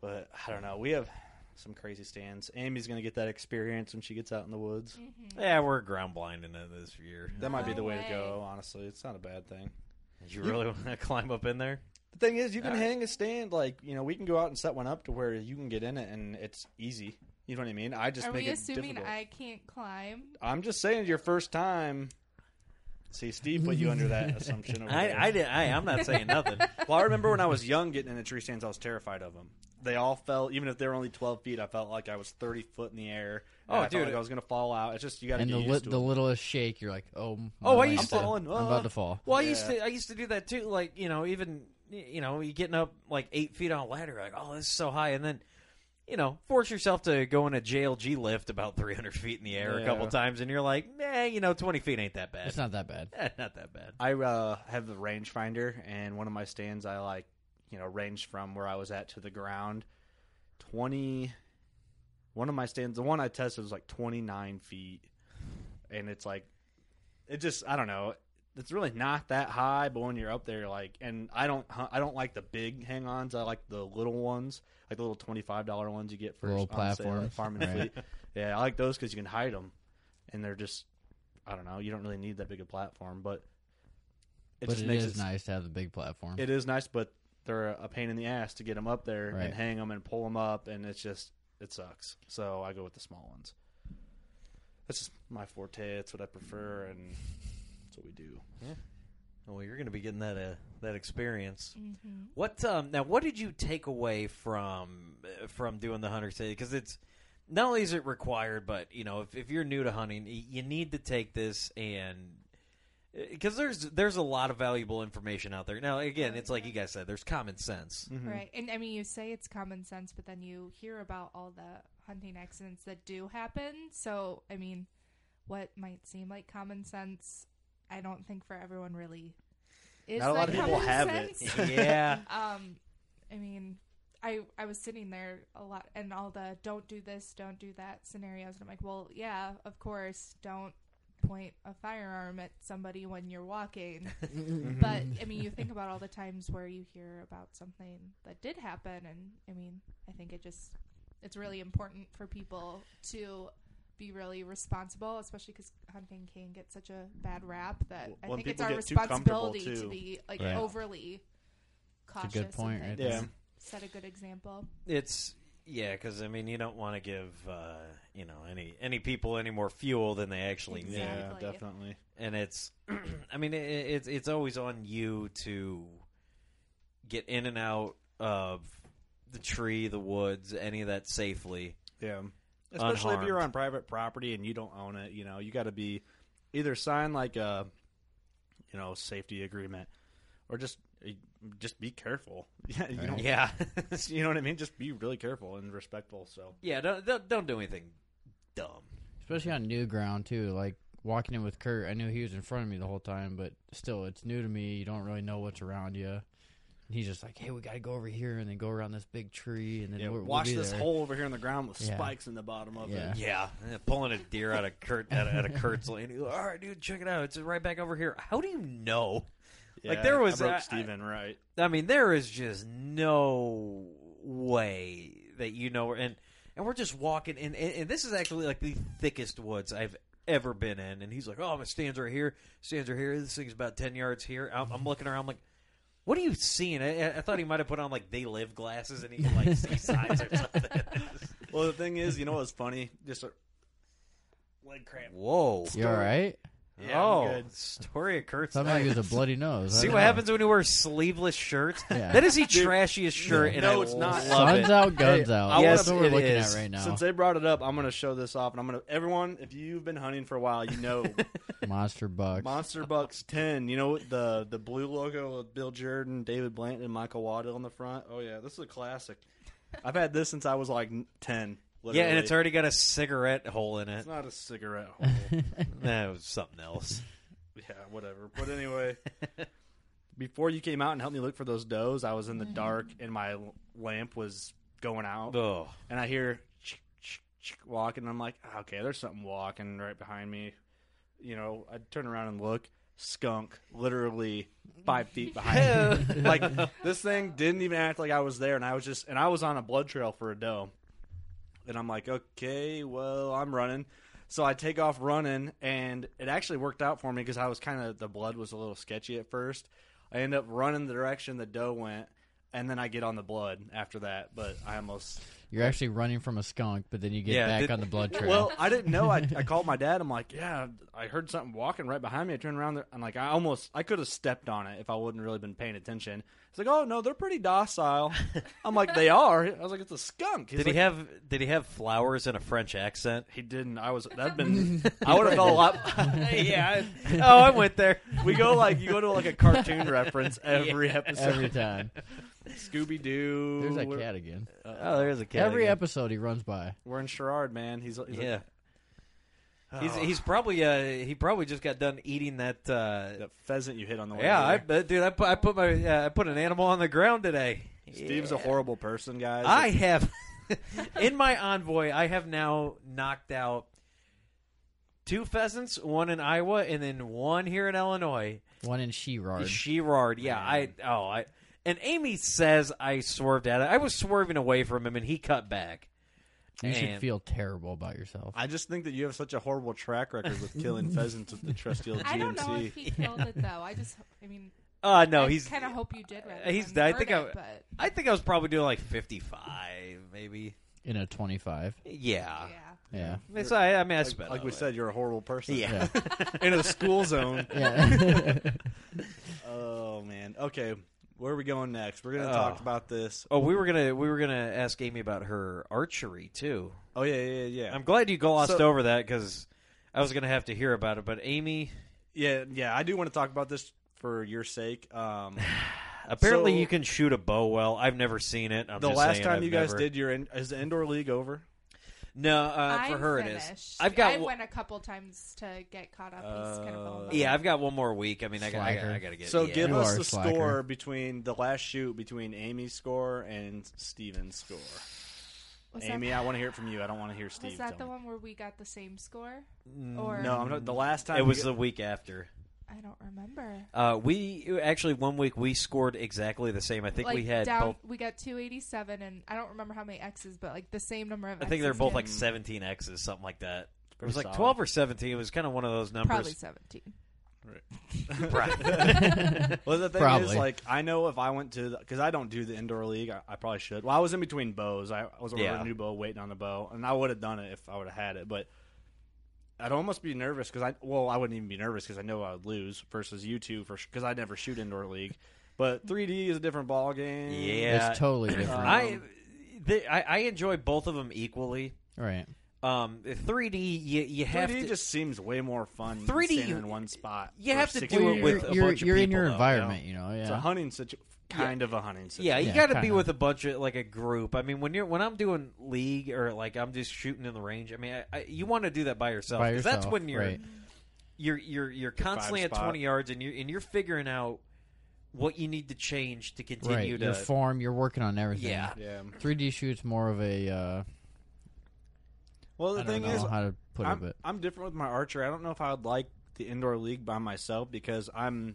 [SPEAKER 3] But I don't know. We have some crazy stands. Amy's gonna get that experience when she gets out in the woods.
[SPEAKER 2] Yeah, we're ground blinding it this year.
[SPEAKER 3] That might be
[SPEAKER 5] No
[SPEAKER 3] the way
[SPEAKER 5] way.
[SPEAKER 3] to go. Honestly, it's not a bad thing.
[SPEAKER 2] You really want to climb up in there?
[SPEAKER 3] The thing is, you can
[SPEAKER 2] All right.
[SPEAKER 3] hang a stand. Like you know, we can go out and set one up to where you can get in it, and it's easy. You know what I mean? I just
[SPEAKER 5] Are
[SPEAKER 3] make
[SPEAKER 5] we
[SPEAKER 3] it
[SPEAKER 5] assuming
[SPEAKER 3] difficult.
[SPEAKER 5] I can't climb?
[SPEAKER 3] I'm just saying, your first time. See, Steve put you under that assumption. Over
[SPEAKER 2] I
[SPEAKER 3] there.
[SPEAKER 2] I did. I I'm not saying nothing.
[SPEAKER 3] Well, I remember when I was young, getting into tree stands, I was terrified of them. They all fell, even if they were only 12 feet. I felt like I was 30 foot in the air. and
[SPEAKER 2] Oh,
[SPEAKER 3] I felt
[SPEAKER 2] dude.
[SPEAKER 3] like I was gonna fall out. It's just you got to
[SPEAKER 4] and
[SPEAKER 3] get
[SPEAKER 4] the
[SPEAKER 3] used
[SPEAKER 4] li-
[SPEAKER 3] to
[SPEAKER 4] the
[SPEAKER 3] it.
[SPEAKER 4] littlest shake, you're like, oh, m-
[SPEAKER 2] Oh,
[SPEAKER 4] my
[SPEAKER 2] I Oh.
[SPEAKER 4] leg's
[SPEAKER 3] used to-
[SPEAKER 4] dead. I'm about to fall.
[SPEAKER 2] Well, I used
[SPEAKER 3] Yeah.
[SPEAKER 2] to I used to do that too. Like you know, even you know, you're getting up like eight feet on a ladder, like, oh, this is so high, and then, you know, force yourself to go in a JLG lift about 300 feet in the air a couple
[SPEAKER 3] Yeah.
[SPEAKER 2] times, and you're like, man, you know, 20 feet ain't that bad.
[SPEAKER 4] It's not that bad.
[SPEAKER 2] Eh, not that bad.
[SPEAKER 3] I uh, have a rangefinder, and one of my stands I like, you know, ranged from where I was at to the ground. Twenty. One of my stands, the one I tested was like twenty nine feet, and it's like, it just I don't know. It's really not that high, but when you're up there, you're like, and I don't hu- I don't like the big hang-ons. I like the little ones, like the little twenty five dollar ones you get for
[SPEAKER 4] Little
[SPEAKER 3] on sale at
[SPEAKER 4] platforms,
[SPEAKER 3] Farm and
[SPEAKER 4] right.
[SPEAKER 3] Fleet. Yeah, I like those because you can hide them, and they're just I don't know. You don't really need that big a platform, but it
[SPEAKER 4] but
[SPEAKER 3] just
[SPEAKER 4] it
[SPEAKER 3] makes
[SPEAKER 4] is
[SPEAKER 3] it,
[SPEAKER 4] nice to have the big platform.
[SPEAKER 3] It is nice, but they're a pain in the ass to get them up there
[SPEAKER 4] Right.
[SPEAKER 3] and hang them and pull them up, and it's just it sucks. So I go with the small ones. That's just my forte. It's what I prefer, and that's what we do.
[SPEAKER 2] Well, you're going to be getting that uh, that experience.
[SPEAKER 5] Mm-hmm.
[SPEAKER 2] What um, now? What did you take away from uh, from doing the hunter city? Because it's not only is it required, but you know, if, if you're new to hunting, y- you need to take this and because there's there's a lot of valuable information out there. Now, again, it's like you guys said, there's common sense.
[SPEAKER 3] Mm. Mm-hmm.
[SPEAKER 5] Right. And I mean, you say it's common sense, but then you hear about all the hunting accidents that do happen. So, I mean, what might seem like common sense, I don't think for everyone really is.
[SPEAKER 3] Not a lot
[SPEAKER 5] that
[SPEAKER 3] of people
[SPEAKER 5] common
[SPEAKER 3] have it.
[SPEAKER 5] sense.
[SPEAKER 2] yeah,
[SPEAKER 5] Um, I mean, I I was sitting there a lot, and all the "don't do this, don't do that" scenarios, and I'm like, well, yeah, of course, don't point a firearm at somebody when you're walking. but I mean, you think about all the times where you hear about something that did happen, and I mean, I think it just it's really important for people to be really responsible, especially because hunting can get such a bad rap that I
[SPEAKER 3] When
[SPEAKER 5] think it's
[SPEAKER 3] people
[SPEAKER 5] our
[SPEAKER 3] get too comfortable,
[SPEAKER 5] responsibility to
[SPEAKER 3] too.
[SPEAKER 5] be like
[SPEAKER 4] Right.
[SPEAKER 5] overly
[SPEAKER 4] a
[SPEAKER 5] cautious.
[SPEAKER 4] good point
[SPEAKER 5] and
[SPEAKER 4] right
[SPEAKER 5] things.
[SPEAKER 3] there. Yeah.
[SPEAKER 5] Set a good example.
[SPEAKER 2] it's yeah. Because I mean, you don't want to give uh, you know any any people any more fuel than they actually need.
[SPEAKER 5] Yeah,
[SPEAKER 3] Yeah,
[SPEAKER 5] Exactly.
[SPEAKER 3] definitely.
[SPEAKER 2] and it's i mean it, it's it's always on you to get in and out of the tree the woods any of that safely
[SPEAKER 3] Yeah. Especially if you're
[SPEAKER 2] Unharmed.
[SPEAKER 3] on private property and you don't own it, you know, you got to be either sign like a you know, safety agreement or just eh, just be careful. Yeah, you don't,
[SPEAKER 2] yeah
[SPEAKER 3] you know what I mean? Just be really careful and respectful, so.
[SPEAKER 2] yeah don't, don't don't do anything dumb
[SPEAKER 4] Especially on new ground too. Like walking in with Kurt, I knew he was in front of me the whole time, but still, it's new to me. You don't really know what's around you. And he's just like, "Hey, we got to go over here and then go around this big tree and then
[SPEAKER 3] Yeah,
[SPEAKER 4] we're,
[SPEAKER 3] wash
[SPEAKER 4] we'll be
[SPEAKER 3] this
[SPEAKER 4] there."
[SPEAKER 3] hole over here in the ground with
[SPEAKER 4] Yeah.
[SPEAKER 3] spikes in the bottom of
[SPEAKER 4] Yeah.
[SPEAKER 3] it.
[SPEAKER 2] yeah pulling a deer out of kurt out of, out of kurt's lane all right dude check it out it's right back over here how do you know Like, there was
[SPEAKER 3] I broke
[SPEAKER 2] a-
[SPEAKER 3] Steven, right?
[SPEAKER 2] I mean, there is just no way that you know, and and we're just walking, and, and, and this is actually like the thickest woods I've ever been in. And he's like, "Oh, my stands are here, stands are here. This thing's about ten yards here." I'm, I'm looking around, I'm like, "What are you seeing?" I, I- I thought he might have put on like they live glasses, and he could, like see signs or something.
[SPEAKER 3] Well, the thing is, you know what's funny? Just a leg cramp.
[SPEAKER 2] Whoa!
[SPEAKER 4] You all right?
[SPEAKER 3] Yeah, I'm
[SPEAKER 2] oh,
[SPEAKER 3] good.
[SPEAKER 2] story of Kurt's
[SPEAKER 4] Somebody
[SPEAKER 2] life.
[SPEAKER 4] gets a bloody nose. I
[SPEAKER 2] See
[SPEAKER 4] don't
[SPEAKER 2] what
[SPEAKER 4] know.
[SPEAKER 2] happens when you wear sleeveless shirts.
[SPEAKER 4] Yeah.
[SPEAKER 2] That is the trashiest shirt, and
[SPEAKER 3] No,
[SPEAKER 2] I
[SPEAKER 3] it's not.
[SPEAKER 2] love it.
[SPEAKER 4] Sun's out, guns out.
[SPEAKER 3] I
[SPEAKER 4] That's
[SPEAKER 3] wanna-
[SPEAKER 4] what we're
[SPEAKER 2] it
[SPEAKER 4] looking
[SPEAKER 2] is.
[SPEAKER 4] at right now.
[SPEAKER 3] Since they brought it up, I'm going to show this off, and I'm going to everyone. If you've been hunting for a while, you know
[SPEAKER 4] Monster bucks.
[SPEAKER 3] Monster Bucks Ten. You know the the blue logo with Bill Jordan, David Blanton, and Michael Waddell on the front. Oh yeah, this is a classic. I've had this since I was like ten.
[SPEAKER 2] Yeah, and
[SPEAKER 3] literally.
[SPEAKER 2] it's already got a cigarette hole in it.
[SPEAKER 3] It's not a cigarette hole.
[SPEAKER 2] No, it was something else.
[SPEAKER 3] Yeah, whatever. But anyway, before you came out and helped me look for those does, I was in the
[SPEAKER 2] Mm-hmm.
[SPEAKER 3] dark and my l- lamp was going out,
[SPEAKER 2] Oh,
[SPEAKER 3] and I hear ch- ch- ch- walking. And I'm like, "Ah, okay, there's something walking right behind me. You know, I turn around and look. Skunk, literally five feet behind me. like this thing didn't even act like I was there, and I was just and I was on a blood trail for a doe. And I'm like, okay, well, I'm running. So I take off running, and it actually worked out for me because I was kind of the blood was a little sketchy at first. I end up running the direction the doe went, and then I get on the blood after that. But I almost
[SPEAKER 4] You're actually running from a skunk, but then you get
[SPEAKER 3] Yeah,
[SPEAKER 4] back
[SPEAKER 3] did-
[SPEAKER 4] on the blood trail.
[SPEAKER 3] Well, I didn't know. I, I called my dad. I'm like, yeah, I heard something walking right behind me. I turned around. There. I'm like, I almost, I could have stepped on it if I wouldn't really been paying attention. He's like, oh no, they're pretty docile. I'm like, they are. I was like, it's a skunk. He's
[SPEAKER 2] Did
[SPEAKER 3] like,
[SPEAKER 2] he have Did he have flowers in a French accent?
[SPEAKER 3] He didn't. I was. That'd been. I would have felt a lot.
[SPEAKER 2] yeah. I- oh, I went there.
[SPEAKER 3] We go like you go to like a cartoon reference every episode.
[SPEAKER 4] every time.
[SPEAKER 3] Scooby Doo.
[SPEAKER 4] There's that cat again.
[SPEAKER 2] Oh, there's a cat.
[SPEAKER 4] Every
[SPEAKER 2] again.
[SPEAKER 4] episode he runs by.
[SPEAKER 3] We're in Sherrard, man. He's, he's
[SPEAKER 2] Yeah.
[SPEAKER 3] like,
[SPEAKER 2] He's, he's probably uh, he probably just got done eating that uh,
[SPEAKER 3] that pheasant you hit on the way.
[SPEAKER 2] yeah I,
[SPEAKER 3] there.
[SPEAKER 2] but, dude I put, I put my uh, I put an animal on the ground today
[SPEAKER 3] Steve's a
[SPEAKER 2] Yeah.
[SPEAKER 3] horrible person, guys.
[SPEAKER 2] I have in my envoy. I have now knocked out two pheasants, one in Iowa, and then one here in Illinois.
[SPEAKER 4] One in She-Rard.
[SPEAKER 2] Girard, yeah, I oh I and Amy says I swerved at it. I was swerving away from him, and he cut back.
[SPEAKER 4] you should
[SPEAKER 2] And-
[SPEAKER 4] feel terrible about yourself.
[SPEAKER 3] I just think that you have such a horrible track record with killing pheasants with the trusty old
[SPEAKER 5] I don't know
[SPEAKER 3] GMC.
[SPEAKER 5] if he killed it though. I just, I mean,
[SPEAKER 2] Uh no,
[SPEAKER 5] I
[SPEAKER 2] he's Uh,
[SPEAKER 5] kind of hope you did. rather
[SPEAKER 2] he's-
[SPEAKER 5] than
[SPEAKER 2] I
[SPEAKER 5] burn
[SPEAKER 2] think
[SPEAKER 5] it,
[SPEAKER 2] I-
[SPEAKER 5] but
[SPEAKER 2] I think I was probably doing like fifty five, maybe.
[SPEAKER 4] In a 25.
[SPEAKER 2] Yeah,
[SPEAKER 5] yeah.
[SPEAKER 4] Yeah.
[SPEAKER 2] It's- I, I mean, I spent
[SPEAKER 3] Like, like
[SPEAKER 2] on
[SPEAKER 3] we
[SPEAKER 2] it.
[SPEAKER 3] said, you're a horrible person.
[SPEAKER 2] Yeah.
[SPEAKER 3] in a school zone.
[SPEAKER 4] Yeah.
[SPEAKER 3] Oh man. Okay, where are we going next? We're gonna
[SPEAKER 2] Oh.
[SPEAKER 3] talk about this.
[SPEAKER 2] oh, we were gonna we were gonna ask Amy about her archery too.
[SPEAKER 3] Oh yeah, yeah, yeah.
[SPEAKER 2] I'm glad you glossed
[SPEAKER 3] So-
[SPEAKER 2] over that because I was gonna have to hear about it. But Amy,
[SPEAKER 3] yeah, yeah. I do want to talk about this for your sake. Um,
[SPEAKER 2] apparently,
[SPEAKER 3] So-
[SPEAKER 2] you can shoot a bow well. I've never seen it. I'm
[SPEAKER 3] the
[SPEAKER 2] just
[SPEAKER 3] last
[SPEAKER 2] saying,
[SPEAKER 3] time
[SPEAKER 2] I've
[SPEAKER 3] you guys
[SPEAKER 2] never-
[SPEAKER 3] did your in, is the indoor league over?
[SPEAKER 2] no uh,
[SPEAKER 5] I'm
[SPEAKER 2] for her
[SPEAKER 5] finished.
[SPEAKER 2] it is. I've got
[SPEAKER 5] I
[SPEAKER 2] one-
[SPEAKER 5] went a couple times to get caught up. He's kind of falling
[SPEAKER 2] yeah, I've got one more week. I mean, I got I,
[SPEAKER 4] Slacker.
[SPEAKER 2] got- I gotta get
[SPEAKER 3] So
[SPEAKER 2] yeah.
[SPEAKER 3] give
[SPEAKER 4] You
[SPEAKER 3] us
[SPEAKER 4] are
[SPEAKER 3] the
[SPEAKER 4] a slacker.
[SPEAKER 3] score between the last shoot between Amy's score and Steven's score.
[SPEAKER 5] Was
[SPEAKER 3] Amy,
[SPEAKER 5] that,
[SPEAKER 3] I want to hear it from you. I don't want to hear Steve.
[SPEAKER 5] was that the
[SPEAKER 3] tell me.
[SPEAKER 5] one where we got the same score?
[SPEAKER 2] Mm,
[SPEAKER 5] Or
[SPEAKER 3] No, I'm not, the last time
[SPEAKER 2] it
[SPEAKER 3] you
[SPEAKER 2] was
[SPEAKER 3] gu-
[SPEAKER 2] the week after.
[SPEAKER 5] I don't remember.
[SPEAKER 2] Uh, we actually one week we scored exactly the same. I think
[SPEAKER 5] like
[SPEAKER 2] we had
[SPEAKER 5] down,
[SPEAKER 2] both.
[SPEAKER 5] we got 287, and I don't remember how many X's, but like the same number of.
[SPEAKER 2] I think they're
[SPEAKER 5] X's
[SPEAKER 2] both
[SPEAKER 5] too.
[SPEAKER 2] like 17 X's, something like that. It was
[SPEAKER 3] pretty
[SPEAKER 2] like
[SPEAKER 3] solid.
[SPEAKER 2] 12 or 17. It was kind of one of those
[SPEAKER 5] probably
[SPEAKER 2] numbers.
[SPEAKER 5] 17.
[SPEAKER 3] Well, the thing is,
[SPEAKER 4] Probably.
[SPEAKER 3] like, I know if I went to because I don't do the indoor league, I, I probably should. Well, I was in between bows. I, I was ordering
[SPEAKER 2] Yeah.
[SPEAKER 3] a new bow, waiting on the bow, and I would have done it if I would have had it. But I'd almost be nervous because I well, I wouldn't even be nervous because I know I would lose versus you two for because I never shoot indoor league. But 3D is a different ball game.
[SPEAKER 2] Yeah. Uh,
[SPEAKER 4] It's totally different.
[SPEAKER 2] I, they, I I enjoy both of them equally.
[SPEAKER 4] right.
[SPEAKER 2] Um, 3D, you you have
[SPEAKER 3] 3D
[SPEAKER 2] to
[SPEAKER 3] just seems way more fun.
[SPEAKER 2] 3D
[SPEAKER 3] standing in one spot.
[SPEAKER 2] you
[SPEAKER 3] for
[SPEAKER 2] have to
[SPEAKER 3] 60
[SPEAKER 2] do it
[SPEAKER 3] years.
[SPEAKER 2] with
[SPEAKER 4] you're,
[SPEAKER 2] a
[SPEAKER 4] you're,
[SPEAKER 2] bunch of
[SPEAKER 4] you're in your
[SPEAKER 2] people, though,
[SPEAKER 4] environment, you know. yeah.
[SPEAKER 3] It's a hunting situation, kind of a hunting situation.
[SPEAKER 2] Yeah, you
[SPEAKER 4] Yeah,
[SPEAKER 2] got to be
[SPEAKER 4] kinda.
[SPEAKER 2] with a bunch of like a group. I mean, when you're when I'm doing league or like I'm just shooting in the range. I mean, I, I, you want to do that by yourself
[SPEAKER 4] By
[SPEAKER 2] because that's
[SPEAKER 4] yourself,
[SPEAKER 2] when you're
[SPEAKER 4] right.
[SPEAKER 2] you're you're you're constantly at
[SPEAKER 3] spot.
[SPEAKER 2] twenty yards and you're and you're figuring out what you need to change to
[SPEAKER 4] right.
[SPEAKER 2] continue
[SPEAKER 4] Your
[SPEAKER 2] to.
[SPEAKER 4] form, you're working on everything.
[SPEAKER 2] Yeah.
[SPEAKER 3] yeah.
[SPEAKER 4] 3D shoots more of a. Uh,
[SPEAKER 3] Well, the
[SPEAKER 4] I don't
[SPEAKER 3] thing
[SPEAKER 4] know
[SPEAKER 3] is,
[SPEAKER 4] how to put
[SPEAKER 3] I'm,
[SPEAKER 4] it, but
[SPEAKER 3] I'm different with my archer. I don't know if I would like the indoor league by myself because I'm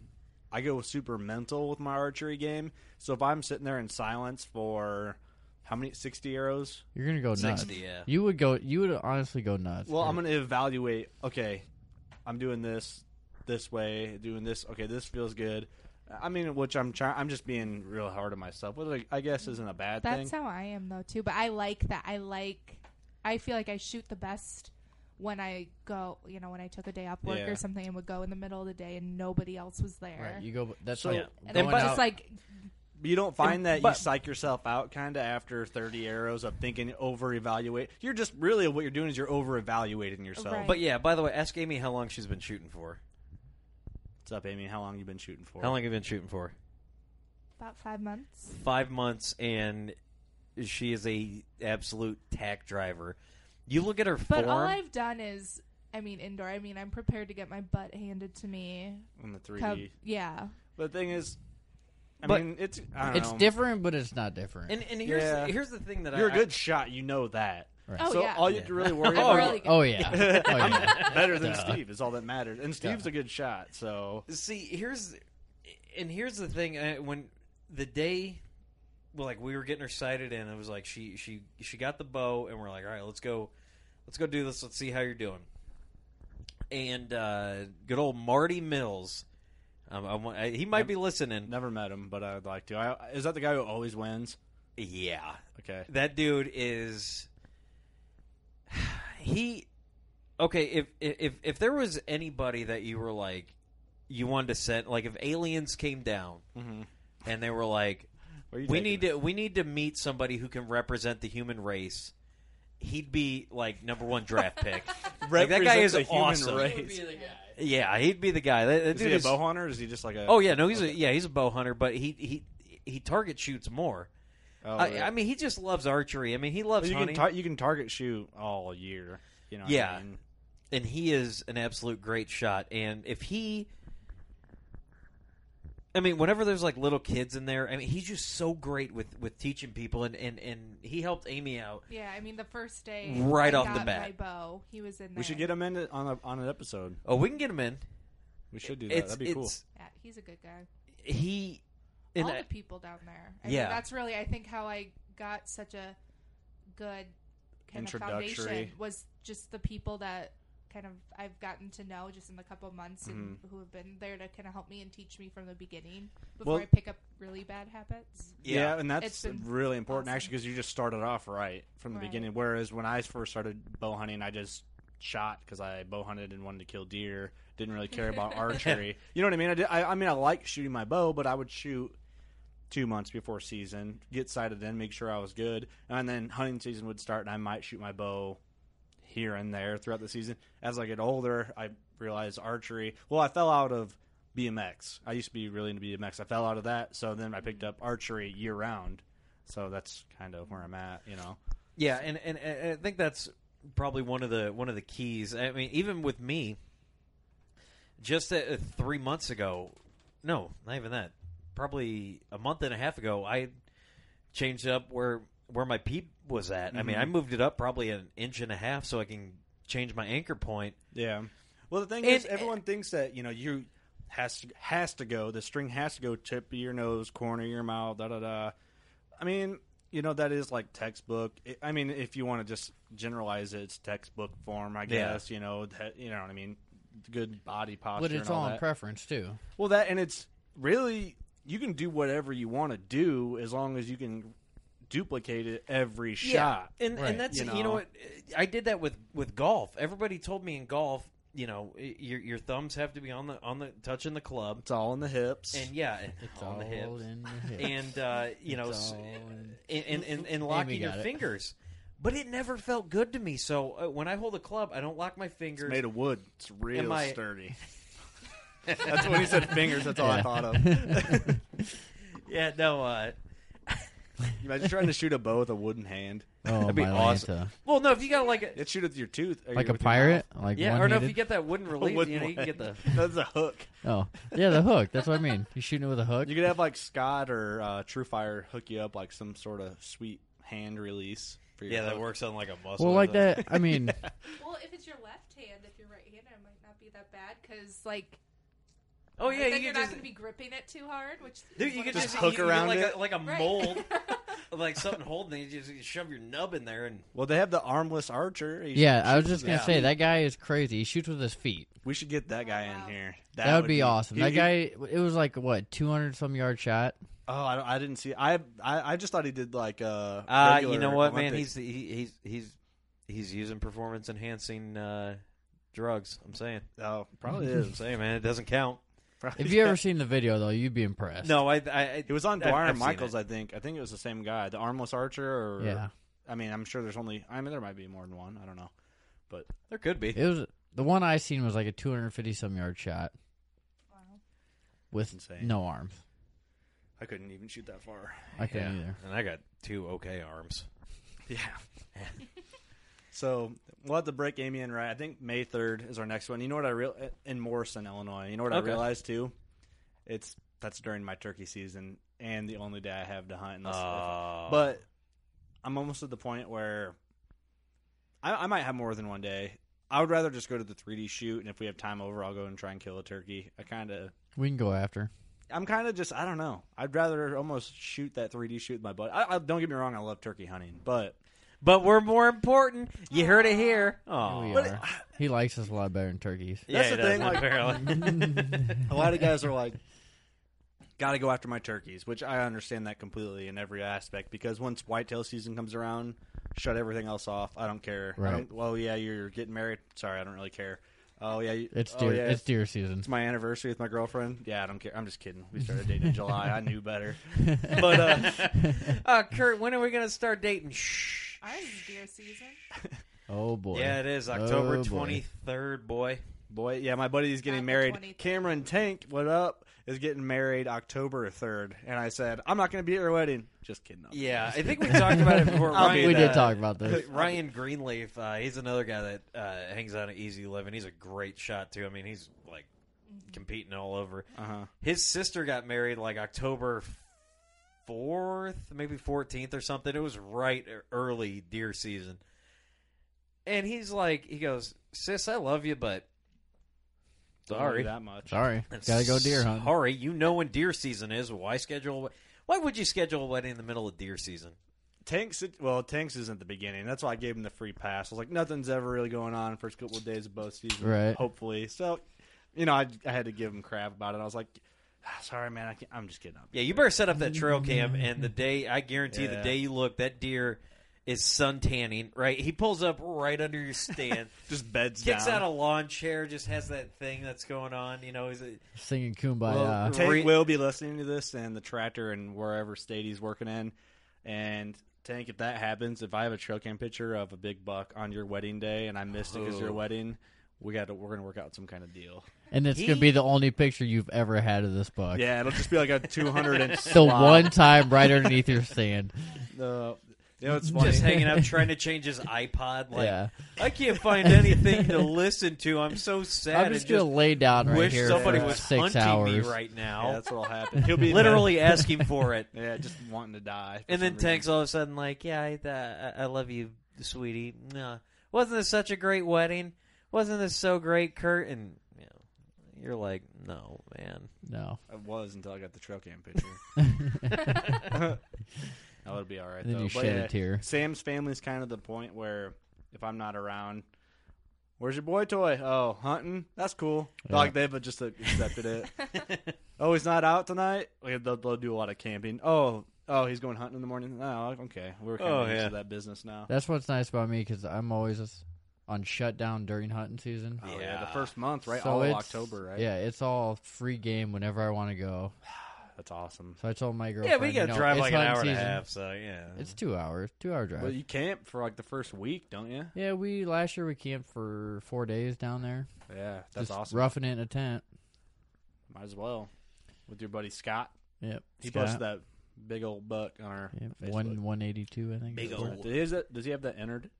[SPEAKER 3] I go super mental with my archery game. So if I'm sitting there in silence for how many sixty arrows?
[SPEAKER 4] you're gonna go nuts.
[SPEAKER 2] 60, yeah.
[SPEAKER 4] You would go. You would honestly go nuts.
[SPEAKER 3] Well,
[SPEAKER 4] dude.
[SPEAKER 3] I'm gonna evaluate. Okay, I'm doing this this way, doing this. Okay, this feels good. I mean, which I'm trying. I'm just being real hard on myself, which I- I guess isn't a bad thing.
[SPEAKER 5] That's how I am though too. But I like that. I like. I feel like I shoot the best when I go. You know, when I took a day off work
[SPEAKER 3] Yeah.
[SPEAKER 5] or something and would go in the middle of the day and nobody else was there.
[SPEAKER 4] Right. You go. That's
[SPEAKER 3] So-
[SPEAKER 4] like
[SPEAKER 5] and
[SPEAKER 4] going
[SPEAKER 5] I'm
[SPEAKER 4] out.
[SPEAKER 5] just like,
[SPEAKER 3] But you don't find that you
[SPEAKER 2] but-
[SPEAKER 3] psych yourself out kind of after 30 arrows of thinking over evaluate. You're just really what you're doing is you're over evaluating yourself.
[SPEAKER 5] Right.
[SPEAKER 2] But yeah, by the way, ask Amy how long she's been shooting for.
[SPEAKER 3] What's up, Amy? How long you been shooting for?
[SPEAKER 2] How long have you been shooting for?
[SPEAKER 5] about five months.
[SPEAKER 2] Five months, and she is a absolute tack driver. You look at her
[SPEAKER 5] But
[SPEAKER 2] form.
[SPEAKER 5] all I've done is, I mean, indoor. I mean, I'm prepared to get my butt handed to me.
[SPEAKER 3] on the 3D?
[SPEAKER 5] Cub- yeah.
[SPEAKER 3] But the thing is, I
[SPEAKER 2] But-
[SPEAKER 3] mean, it's I don't
[SPEAKER 4] it's
[SPEAKER 3] know.
[SPEAKER 4] different, but it's not different.
[SPEAKER 2] and and here's
[SPEAKER 3] Yeah.
[SPEAKER 2] here's the thing that
[SPEAKER 3] You're
[SPEAKER 2] I,
[SPEAKER 3] a good shot, you know that.
[SPEAKER 4] Right.
[SPEAKER 5] Oh,
[SPEAKER 3] so
[SPEAKER 5] yeah.
[SPEAKER 3] all you have to really worry
[SPEAKER 2] Oh,
[SPEAKER 3] about
[SPEAKER 5] really good.
[SPEAKER 4] oh yeah. Oh, yeah.
[SPEAKER 3] better than
[SPEAKER 4] Duh.
[SPEAKER 3] Steve is all that matters. And Steve's a good shot, so
[SPEAKER 2] see here's and here's the thing uh, when the day well like we were getting her sighted in it was like she she she got the bow and we're like all right let's go let's go do this let's see how you're doing and uh good old marty mills Um, I want- I- he might be listening.
[SPEAKER 3] Never met him, but I would like to. I, is that the guy who always wins?
[SPEAKER 2] Yeah,
[SPEAKER 3] Okay.
[SPEAKER 2] that dude is. He, okay. If if if there was anybody that you were like, you wanted to send, like if aliens came down
[SPEAKER 3] Mhm.
[SPEAKER 2] and they were like,
[SPEAKER 3] Where are you
[SPEAKER 2] we
[SPEAKER 3] taking
[SPEAKER 2] need
[SPEAKER 3] it?
[SPEAKER 2] to we need to meet somebody who can represent the human race. He'd be like number one draft pick. Like, that guy
[SPEAKER 3] Represent
[SPEAKER 2] is
[SPEAKER 3] the human
[SPEAKER 2] awesome.
[SPEAKER 3] race.
[SPEAKER 2] yeah, he'd be the guy. That, that
[SPEAKER 3] Is
[SPEAKER 2] dude
[SPEAKER 3] he a
[SPEAKER 2] is-
[SPEAKER 3] bow hunter? Or is he just like a?
[SPEAKER 2] Oh yeah, no, he's a yeah, he's a bow hunter, but he he he target shoots more.
[SPEAKER 3] Oh,
[SPEAKER 2] I,
[SPEAKER 3] really?
[SPEAKER 2] I mean, he just loves archery. I mean, he loves
[SPEAKER 3] you can
[SPEAKER 2] hunting,
[SPEAKER 3] tar- you can target shoot all year. You know. what I
[SPEAKER 2] Yeah.
[SPEAKER 3] mean?
[SPEAKER 2] and he is an absolute great shot. And if he, I mean, whenever there's like little kids in there, I mean, he's just so great with with teaching people, and and and he helped Amy out.
[SPEAKER 5] Yeah, I mean the first day
[SPEAKER 2] Right
[SPEAKER 5] I
[SPEAKER 2] off the
[SPEAKER 5] got
[SPEAKER 2] bat.
[SPEAKER 5] my bow, he was in there.
[SPEAKER 3] We should get him in it on a, on an episode.
[SPEAKER 2] Oh, we can get him in.
[SPEAKER 3] We should do that.
[SPEAKER 2] It's
[SPEAKER 3] That'd be cool.
[SPEAKER 2] it's
[SPEAKER 5] Yeah, he's a good guy.
[SPEAKER 2] he. And
[SPEAKER 5] All
[SPEAKER 2] I-
[SPEAKER 5] the people down there. I
[SPEAKER 2] Yeah.
[SPEAKER 5] mean, that's really I think how I got such a good kind of foundation
[SPEAKER 3] Introductory.
[SPEAKER 5] was just the people that kind of I've gotten to know just in the couple months and
[SPEAKER 2] Mm-hmm.
[SPEAKER 5] who have been there to kind of help me and teach me from the beginning before
[SPEAKER 3] Well-
[SPEAKER 5] I pick up really bad habits.
[SPEAKER 3] Yeah,
[SPEAKER 2] yeah,
[SPEAKER 3] and that's
[SPEAKER 5] It's been
[SPEAKER 3] really important actually
[SPEAKER 5] awesome.
[SPEAKER 3] 'cause actually because you just started off right from the
[SPEAKER 5] Right.
[SPEAKER 3] beginning. Whereas when I first started bow hunting, I just shot because I bow hunted and wanted to kill deer. Didn't really care about archery. You know what I mean? I, did, I, I mean, I like shooting my bow, but I would shoot two months before season, get sighted in, make sure I was good, and then hunting season would start, and I might shoot my bow here and there throughout the season. As I get older, I realized archery. Well, I fell out of BMX. I used to be really into BMX. I fell out of that, so then I picked up archery year round. So that's kind of where I'm at, you know.
[SPEAKER 2] Yeah, and, and and I think that's probably one of the one of the keys. I mean, even with me, just uh, three months ago, no, not even that, probably a month and a half ago, I changed up where where my peep was at. I mean,
[SPEAKER 4] Mm-hmm.
[SPEAKER 2] I moved it up probably an inch and a half so I can change my anchor point.
[SPEAKER 3] Yeah. Well, the thing
[SPEAKER 2] And- eh,
[SPEAKER 3] is, everyone thinks that you know you has to has to go. The string has to go tip of your nose, corner of your mouth, da da da. I mean, you know that is like textbook. It, I mean, if you want to just generalize it, it's textbook form, I
[SPEAKER 2] Yeah.
[SPEAKER 3] guess. You know, that, you know what I mean. Good body posture.
[SPEAKER 4] But it's
[SPEAKER 3] and all
[SPEAKER 4] all in
[SPEAKER 3] that.
[SPEAKER 4] preference too.
[SPEAKER 3] Well, that and it's really you can do whatever you want to do as long as you can duplicate it every shot.
[SPEAKER 2] Yeah. And
[SPEAKER 4] Right.
[SPEAKER 2] and that's you
[SPEAKER 3] You
[SPEAKER 2] know,
[SPEAKER 3] know?
[SPEAKER 2] what I did that with with golf. Everybody told me in golf, you know, your your thumbs have to be on the on the touching the club.
[SPEAKER 3] It's all in the hips.
[SPEAKER 2] And yeah,
[SPEAKER 4] It's
[SPEAKER 2] on
[SPEAKER 4] all
[SPEAKER 2] the hips.
[SPEAKER 4] in the hips.
[SPEAKER 2] and uh, you know,
[SPEAKER 4] It's
[SPEAKER 2] s- uh,
[SPEAKER 4] all in-
[SPEAKER 2] and, and, and, and
[SPEAKER 4] Amy
[SPEAKER 2] locking your
[SPEAKER 4] got it.
[SPEAKER 2] fingers. But it never felt good to me. So uh, when I hold a club, I don't lock my fingers.
[SPEAKER 3] It's made of wood. It's real
[SPEAKER 2] Am I-
[SPEAKER 3] sturdy. that's when he said fingers. That's all I
[SPEAKER 4] Yeah.
[SPEAKER 3] thought of. You
[SPEAKER 2] yeah, no. Uh,
[SPEAKER 3] imagine trying to shoot a bow with a wooden hand.
[SPEAKER 4] oh,
[SPEAKER 2] that'd be
[SPEAKER 4] my
[SPEAKER 2] awesome.
[SPEAKER 4] Lanta.
[SPEAKER 2] Well, no, if you got like a
[SPEAKER 3] It shoot with your tooth, or
[SPEAKER 4] Like a
[SPEAKER 3] with your
[SPEAKER 4] pirate,
[SPEAKER 3] mouth.
[SPEAKER 4] like
[SPEAKER 2] yeah,
[SPEAKER 4] one
[SPEAKER 2] or no, if you get that wooden release,
[SPEAKER 3] wooden
[SPEAKER 2] you know, you can
[SPEAKER 3] one.
[SPEAKER 2] get the
[SPEAKER 3] That's a hook.
[SPEAKER 4] Oh, yeah, the hook. That's what I mean. You shooting it with a hook.
[SPEAKER 3] You could have like Scott or uh, Truefire hook you up like some sort of sweet hand release. For your
[SPEAKER 2] yeah that
[SPEAKER 3] hook.
[SPEAKER 2] works on like a muscle.
[SPEAKER 4] well,
[SPEAKER 2] or
[SPEAKER 4] like
[SPEAKER 2] something.
[SPEAKER 4] that. I mean,
[SPEAKER 5] Well, if it's your left hand, if you're right-handed, it might not be that bad because like
[SPEAKER 2] Oh yeah, you
[SPEAKER 5] then you're
[SPEAKER 2] can
[SPEAKER 5] not
[SPEAKER 2] just,
[SPEAKER 5] going to be gripping it too hard, which
[SPEAKER 2] dude, you can
[SPEAKER 3] Just
[SPEAKER 2] just
[SPEAKER 3] hook
[SPEAKER 2] you, you get
[SPEAKER 3] around
[SPEAKER 2] like
[SPEAKER 3] it.
[SPEAKER 2] a, like a
[SPEAKER 5] Right.
[SPEAKER 2] mold, like something holding. it, You just you shove your nub in there, and
[SPEAKER 3] Well, they have the armless archer. He
[SPEAKER 4] yeah,
[SPEAKER 3] should-
[SPEAKER 4] I was
[SPEAKER 3] shoots
[SPEAKER 4] just gonna
[SPEAKER 3] with
[SPEAKER 4] say
[SPEAKER 3] his
[SPEAKER 4] that guy is crazy. He shoots with his feet.
[SPEAKER 3] We should get that guy in here.
[SPEAKER 4] That, would, be, awesome.
[SPEAKER 3] he-
[SPEAKER 4] that
[SPEAKER 3] he-
[SPEAKER 4] guy. It was like what two hundred some yard shot.
[SPEAKER 3] Oh, I, don't- I didn't see. I, I I just thought he did like uh.
[SPEAKER 2] uh, you
[SPEAKER 3] regular
[SPEAKER 2] know what, man? He's
[SPEAKER 3] Olympics.
[SPEAKER 2] he, he's he's he's using performance enhancing uh, drugs. I'm saying,
[SPEAKER 3] oh probably
[SPEAKER 2] I'm
[SPEAKER 3] is.
[SPEAKER 2] saying, man, it doesn't count.
[SPEAKER 3] Probably
[SPEAKER 4] If you ever
[SPEAKER 3] is.
[SPEAKER 4] seen the video though, you'd be impressed.
[SPEAKER 2] No, I, I, I
[SPEAKER 3] He was on
[SPEAKER 2] I've-
[SPEAKER 3] Dwyer
[SPEAKER 2] I've
[SPEAKER 3] and
[SPEAKER 2] seen
[SPEAKER 3] Michaels,
[SPEAKER 2] it.
[SPEAKER 3] I think. I think it was the same guy, the armless archer. Or,
[SPEAKER 4] Yeah,
[SPEAKER 3] I mean, I'm sure there's only. I mean, there might be more than one. I don't know. But
[SPEAKER 2] There could be.
[SPEAKER 4] it was the one I seen was like a two hundred fifty some yard shot with
[SPEAKER 3] Insane.
[SPEAKER 4] no arms.
[SPEAKER 3] I couldn't even shoot that far.
[SPEAKER 4] I couldn't either.
[SPEAKER 2] And I got two okay arms.
[SPEAKER 3] Yeah. so we'll have to break Amy in right. I think May third is our next one. You know what I real in Morrison, Illinois. You know what
[SPEAKER 2] Okay.
[SPEAKER 3] I realized too? It's that's during my turkey season and the only day I have to hunt. Unless
[SPEAKER 2] Oh.
[SPEAKER 3] but I'm almost at the point where I, I might have more than one day. I would rather just go to the 3D shoot, and if we have time over, I'll go and try and kill a turkey. I kind of,
[SPEAKER 4] We can go after.
[SPEAKER 3] I'm kind of just, I don't know. I'd rather almost shoot that 3D shoot with my butt. I, I don't get me wrong, I love turkey hunting, but
[SPEAKER 2] but we're more important. You heard it here. Oh,
[SPEAKER 4] We
[SPEAKER 3] But it-
[SPEAKER 4] are. he likes us a lot better than turkeys.
[SPEAKER 3] That's the thing, like-
[SPEAKER 2] apparently.
[SPEAKER 3] a lot of guys are like, got to go after my turkeys, which I understand that completely in every aspect because once whitetail season comes around, shut everything else off. I don't care. I
[SPEAKER 4] Right.
[SPEAKER 3] don't, well, yeah, you're getting married. Sorry, I don't really care. Oh yeah, you,
[SPEAKER 4] It's
[SPEAKER 3] oh,
[SPEAKER 4] deer.
[SPEAKER 3] yeah,
[SPEAKER 4] It's deer season.
[SPEAKER 3] it's my anniversary with my girlfriend. Yeah, I don't care. I'm just kidding. We started dating in July. I knew better. But uh,
[SPEAKER 2] uh, Kurt, when are we going to start dating? Shh.
[SPEAKER 5] Ours is deer season.
[SPEAKER 4] Oh boy.
[SPEAKER 2] Yeah, it is October
[SPEAKER 4] Oh, boy.
[SPEAKER 2] twenty third, boy.
[SPEAKER 3] boy, yeah, my buddy's
[SPEAKER 5] On
[SPEAKER 3] getting
[SPEAKER 5] the
[SPEAKER 3] married.
[SPEAKER 5] 23rd.
[SPEAKER 3] Cameron Tank, what up? Is getting married October 3rd, and I said I'm not going to be at your wedding. Just kidding. I'm
[SPEAKER 2] Yeah, I think we talked about it before.
[SPEAKER 3] I'll
[SPEAKER 2] Ryan,
[SPEAKER 3] be
[SPEAKER 4] we
[SPEAKER 3] uh,
[SPEAKER 4] did talk about this.
[SPEAKER 2] Ryan Greenleaf, uh, he's another guy that uh, hangs out at Easy Living. He's a great shot too. I mean, he's like
[SPEAKER 3] Mm-hmm.
[SPEAKER 2] competing all over.
[SPEAKER 3] Uh-huh.
[SPEAKER 2] His sister got married like October fourth, maybe fourteenth or something. It was right e- early deer season, and he's like, he goes, "Sis, I love you, but
[SPEAKER 3] Don't worry
[SPEAKER 2] sorry,
[SPEAKER 3] that much.
[SPEAKER 4] Sorry, gotta go deer hunt.
[SPEAKER 2] Sorry, you know when deer season is. Why schedule? a wed- Why would you schedule a wedding in the middle of deer season?"
[SPEAKER 3] Tanks, well, Tanks isn't the beginning. That's why I gave him the free pass. I was like, nothing's ever really going on first couple of days of both seasons,
[SPEAKER 4] Right.
[SPEAKER 3] Hopefully, so you know, I, I had to give him crap about it. I was like, "Ah, sorry, man, I can't, I'm just kidding.
[SPEAKER 2] Yeah, you better set up that trail cam, and the day I guarantee the
[SPEAKER 3] Yeah.
[SPEAKER 2] day you look, that deer is sun tanning. Right, he pulls up right under your stand,
[SPEAKER 3] Just beds
[SPEAKER 2] kicks
[SPEAKER 3] down.
[SPEAKER 2] out a lawn chair, just has that thing that's going on. You know, is it?
[SPEAKER 4] Singing
[SPEAKER 3] Well,
[SPEAKER 4] "Kumbaya."
[SPEAKER 3] Tank
[SPEAKER 2] Re-
[SPEAKER 3] will be listening to this and the tractor and wherever state he's working in. And Tank, if that happens, if I have a trail cam picture of a big buck on your wedding day and I missed it because your
[SPEAKER 2] Oh.
[SPEAKER 3] wedding, we got to we're gonna work out some kind of deal.
[SPEAKER 4] and it's gonna be the only picture you've ever had of this buck.
[SPEAKER 3] Yeah, it'll just be like a two hundred inch.
[SPEAKER 4] The one time right underneath your stand.
[SPEAKER 3] The you know, it's funny.
[SPEAKER 2] Just hanging out, trying to change his iPod. Like,
[SPEAKER 4] yeah.
[SPEAKER 2] I can't find anything to listen to. I'm so sad.
[SPEAKER 4] I'm
[SPEAKER 2] and
[SPEAKER 4] just gonna lay down right
[SPEAKER 2] wish
[SPEAKER 4] here
[SPEAKER 2] somebody
[SPEAKER 4] for
[SPEAKER 2] was
[SPEAKER 4] six
[SPEAKER 2] hunting
[SPEAKER 4] hours.
[SPEAKER 2] me right now.
[SPEAKER 3] Yeah, that's what'll happen. He'll be
[SPEAKER 2] Literally asking for it.
[SPEAKER 3] Yeah, just wanting to die. for
[SPEAKER 2] And then
[SPEAKER 3] some reason.
[SPEAKER 2] Tank's all of a sudden like, yeah, I, uh, I I love you, sweetie. No, wasn't this such a great wedding? Wasn't this so great, Kurt? And you know, you're like, no, man.
[SPEAKER 4] No.
[SPEAKER 3] I was until I got the trail cam picture. that would be all right.
[SPEAKER 4] And then
[SPEAKER 3] though.
[SPEAKER 4] you
[SPEAKER 3] But
[SPEAKER 4] shed a
[SPEAKER 3] yeah,
[SPEAKER 4] tear.
[SPEAKER 3] Sam's family's kind of the point where if I'm not around, where's your boy toy? Oh, hunting. That's cool.
[SPEAKER 4] Yeah.
[SPEAKER 3] Like they've just accepted it. oh, he's not out tonight. Like they'll, they'll do a lot of camping. Oh, oh, he's going hunting in the morning. Oh, okay. We're kind
[SPEAKER 2] Oh,
[SPEAKER 3] of used
[SPEAKER 2] yeah.
[SPEAKER 3] to that business now.
[SPEAKER 4] That's what's nice about me because I'm always on shutdown during hunting season.
[SPEAKER 3] oh yeah.
[SPEAKER 2] Yeah.
[SPEAKER 3] the first month, right?
[SPEAKER 4] So
[SPEAKER 3] all of
[SPEAKER 4] it's-
[SPEAKER 3] October, right?
[SPEAKER 4] Yeah, it's all free game whenever I want to go.
[SPEAKER 3] that's awesome.
[SPEAKER 4] So I told my
[SPEAKER 2] Yeah,
[SPEAKER 4] girlfriend,
[SPEAKER 2] we
[SPEAKER 4] you
[SPEAKER 2] got to
[SPEAKER 4] know,
[SPEAKER 2] drive
[SPEAKER 4] it's
[SPEAKER 2] like an
[SPEAKER 4] hunting
[SPEAKER 2] hour and a
[SPEAKER 4] season.
[SPEAKER 2] half, so yeah.
[SPEAKER 4] It's two hours, two hour drive.
[SPEAKER 3] Well, you camp for like the first week, don't you?
[SPEAKER 4] yeah, we last year we camped for four days down there.
[SPEAKER 3] Yeah, that's
[SPEAKER 4] just
[SPEAKER 3] awesome.
[SPEAKER 4] Roughing it in a tent.
[SPEAKER 3] Might as well with your buddy Scott.
[SPEAKER 4] Yep.
[SPEAKER 3] He
[SPEAKER 4] Scott.
[SPEAKER 3] posted that big old buck on our
[SPEAKER 4] Yep,
[SPEAKER 3] Facebook.
[SPEAKER 4] one one eighty two, I think.
[SPEAKER 2] Big
[SPEAKER 4] it was.
[SPEAKER 2] old-
[SPEAKER 3] Does he, is that, does he have that entered?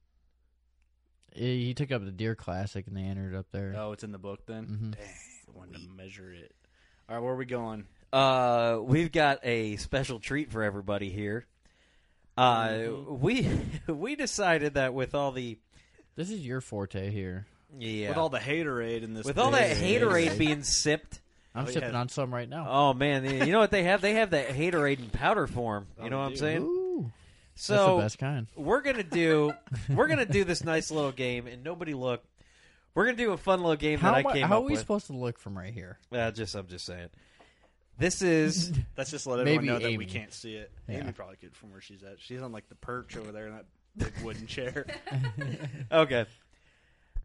[SPEAKER 4] He he took up the deer classic and they entered up there.
[SPEAKER 3] Oh, it's in the book then.
[SPEAKER 4] Mhm.
[SPEAKER 3] Dang, I wanted to measure it. All right, where are we going?
[SPEAKER 2] Uh, we've got a special treat for everybody here. Uh,
[SPEAKER 4] Mm-hmm.
[SPEAKER 2] we we decided that with all the
[SPEAKER 4] This is your forte here.
[SPEAKER 2] yeah
[SPEAKER 3] With all the haterade in this,
[SPEAKER 2] with all that
[SPEAKER 3] place.
[SPEAKER 2] haterade being sipped.
[SPEAKER 4] I'm
[SPEAKER 3] Oh,
[SPEAKER 4] sipping
[SPEAKER 3] yeah.
[SPEAKER 4] on some right now.
[SPEAKER 2] Oh man, you know what they have? They have that haterade in powder form. You
[SPEAKER 3] Oh,
[SPEAKER 2] know what I'm
[SPEAKER 3] dude.
[SPEAKER 2] saying?
[SPEAKER 4] Ooh,
[SPEAKER 2] So
[SPEAKER 4] that's the best kind.
[SPEAKER 2] we're gonna do we're gonna do this nice little game and nobody look we're gonna do a fun little game
[SPEAKER 4] How,
[SPEAKER 2] that
[SPEAKER 4] mu-
[SPEAKER 2] i came
[SPEAKER 4] how
[SPEAKER 2] up
[SPEAKER 4] are we
[SPEAKER 2] with
[SPEAKER 4] supposed to look from right here?
[SPEAKER 2] uh, just i'm just saying this is
[SPEAKER 3] Let's just let everyone
[SPEAKER 4] Maybe
[SPEAKER 3] know that
[SPEAKER 4] Amy.
[SPEAKER 3] we can't see it.
[SPEAKER 4] Yeah.
[SPEAKER 3] Amy probably could from where she's at. She's on like the perch over there in that big wooden chair.
[SPEAKER 2] okay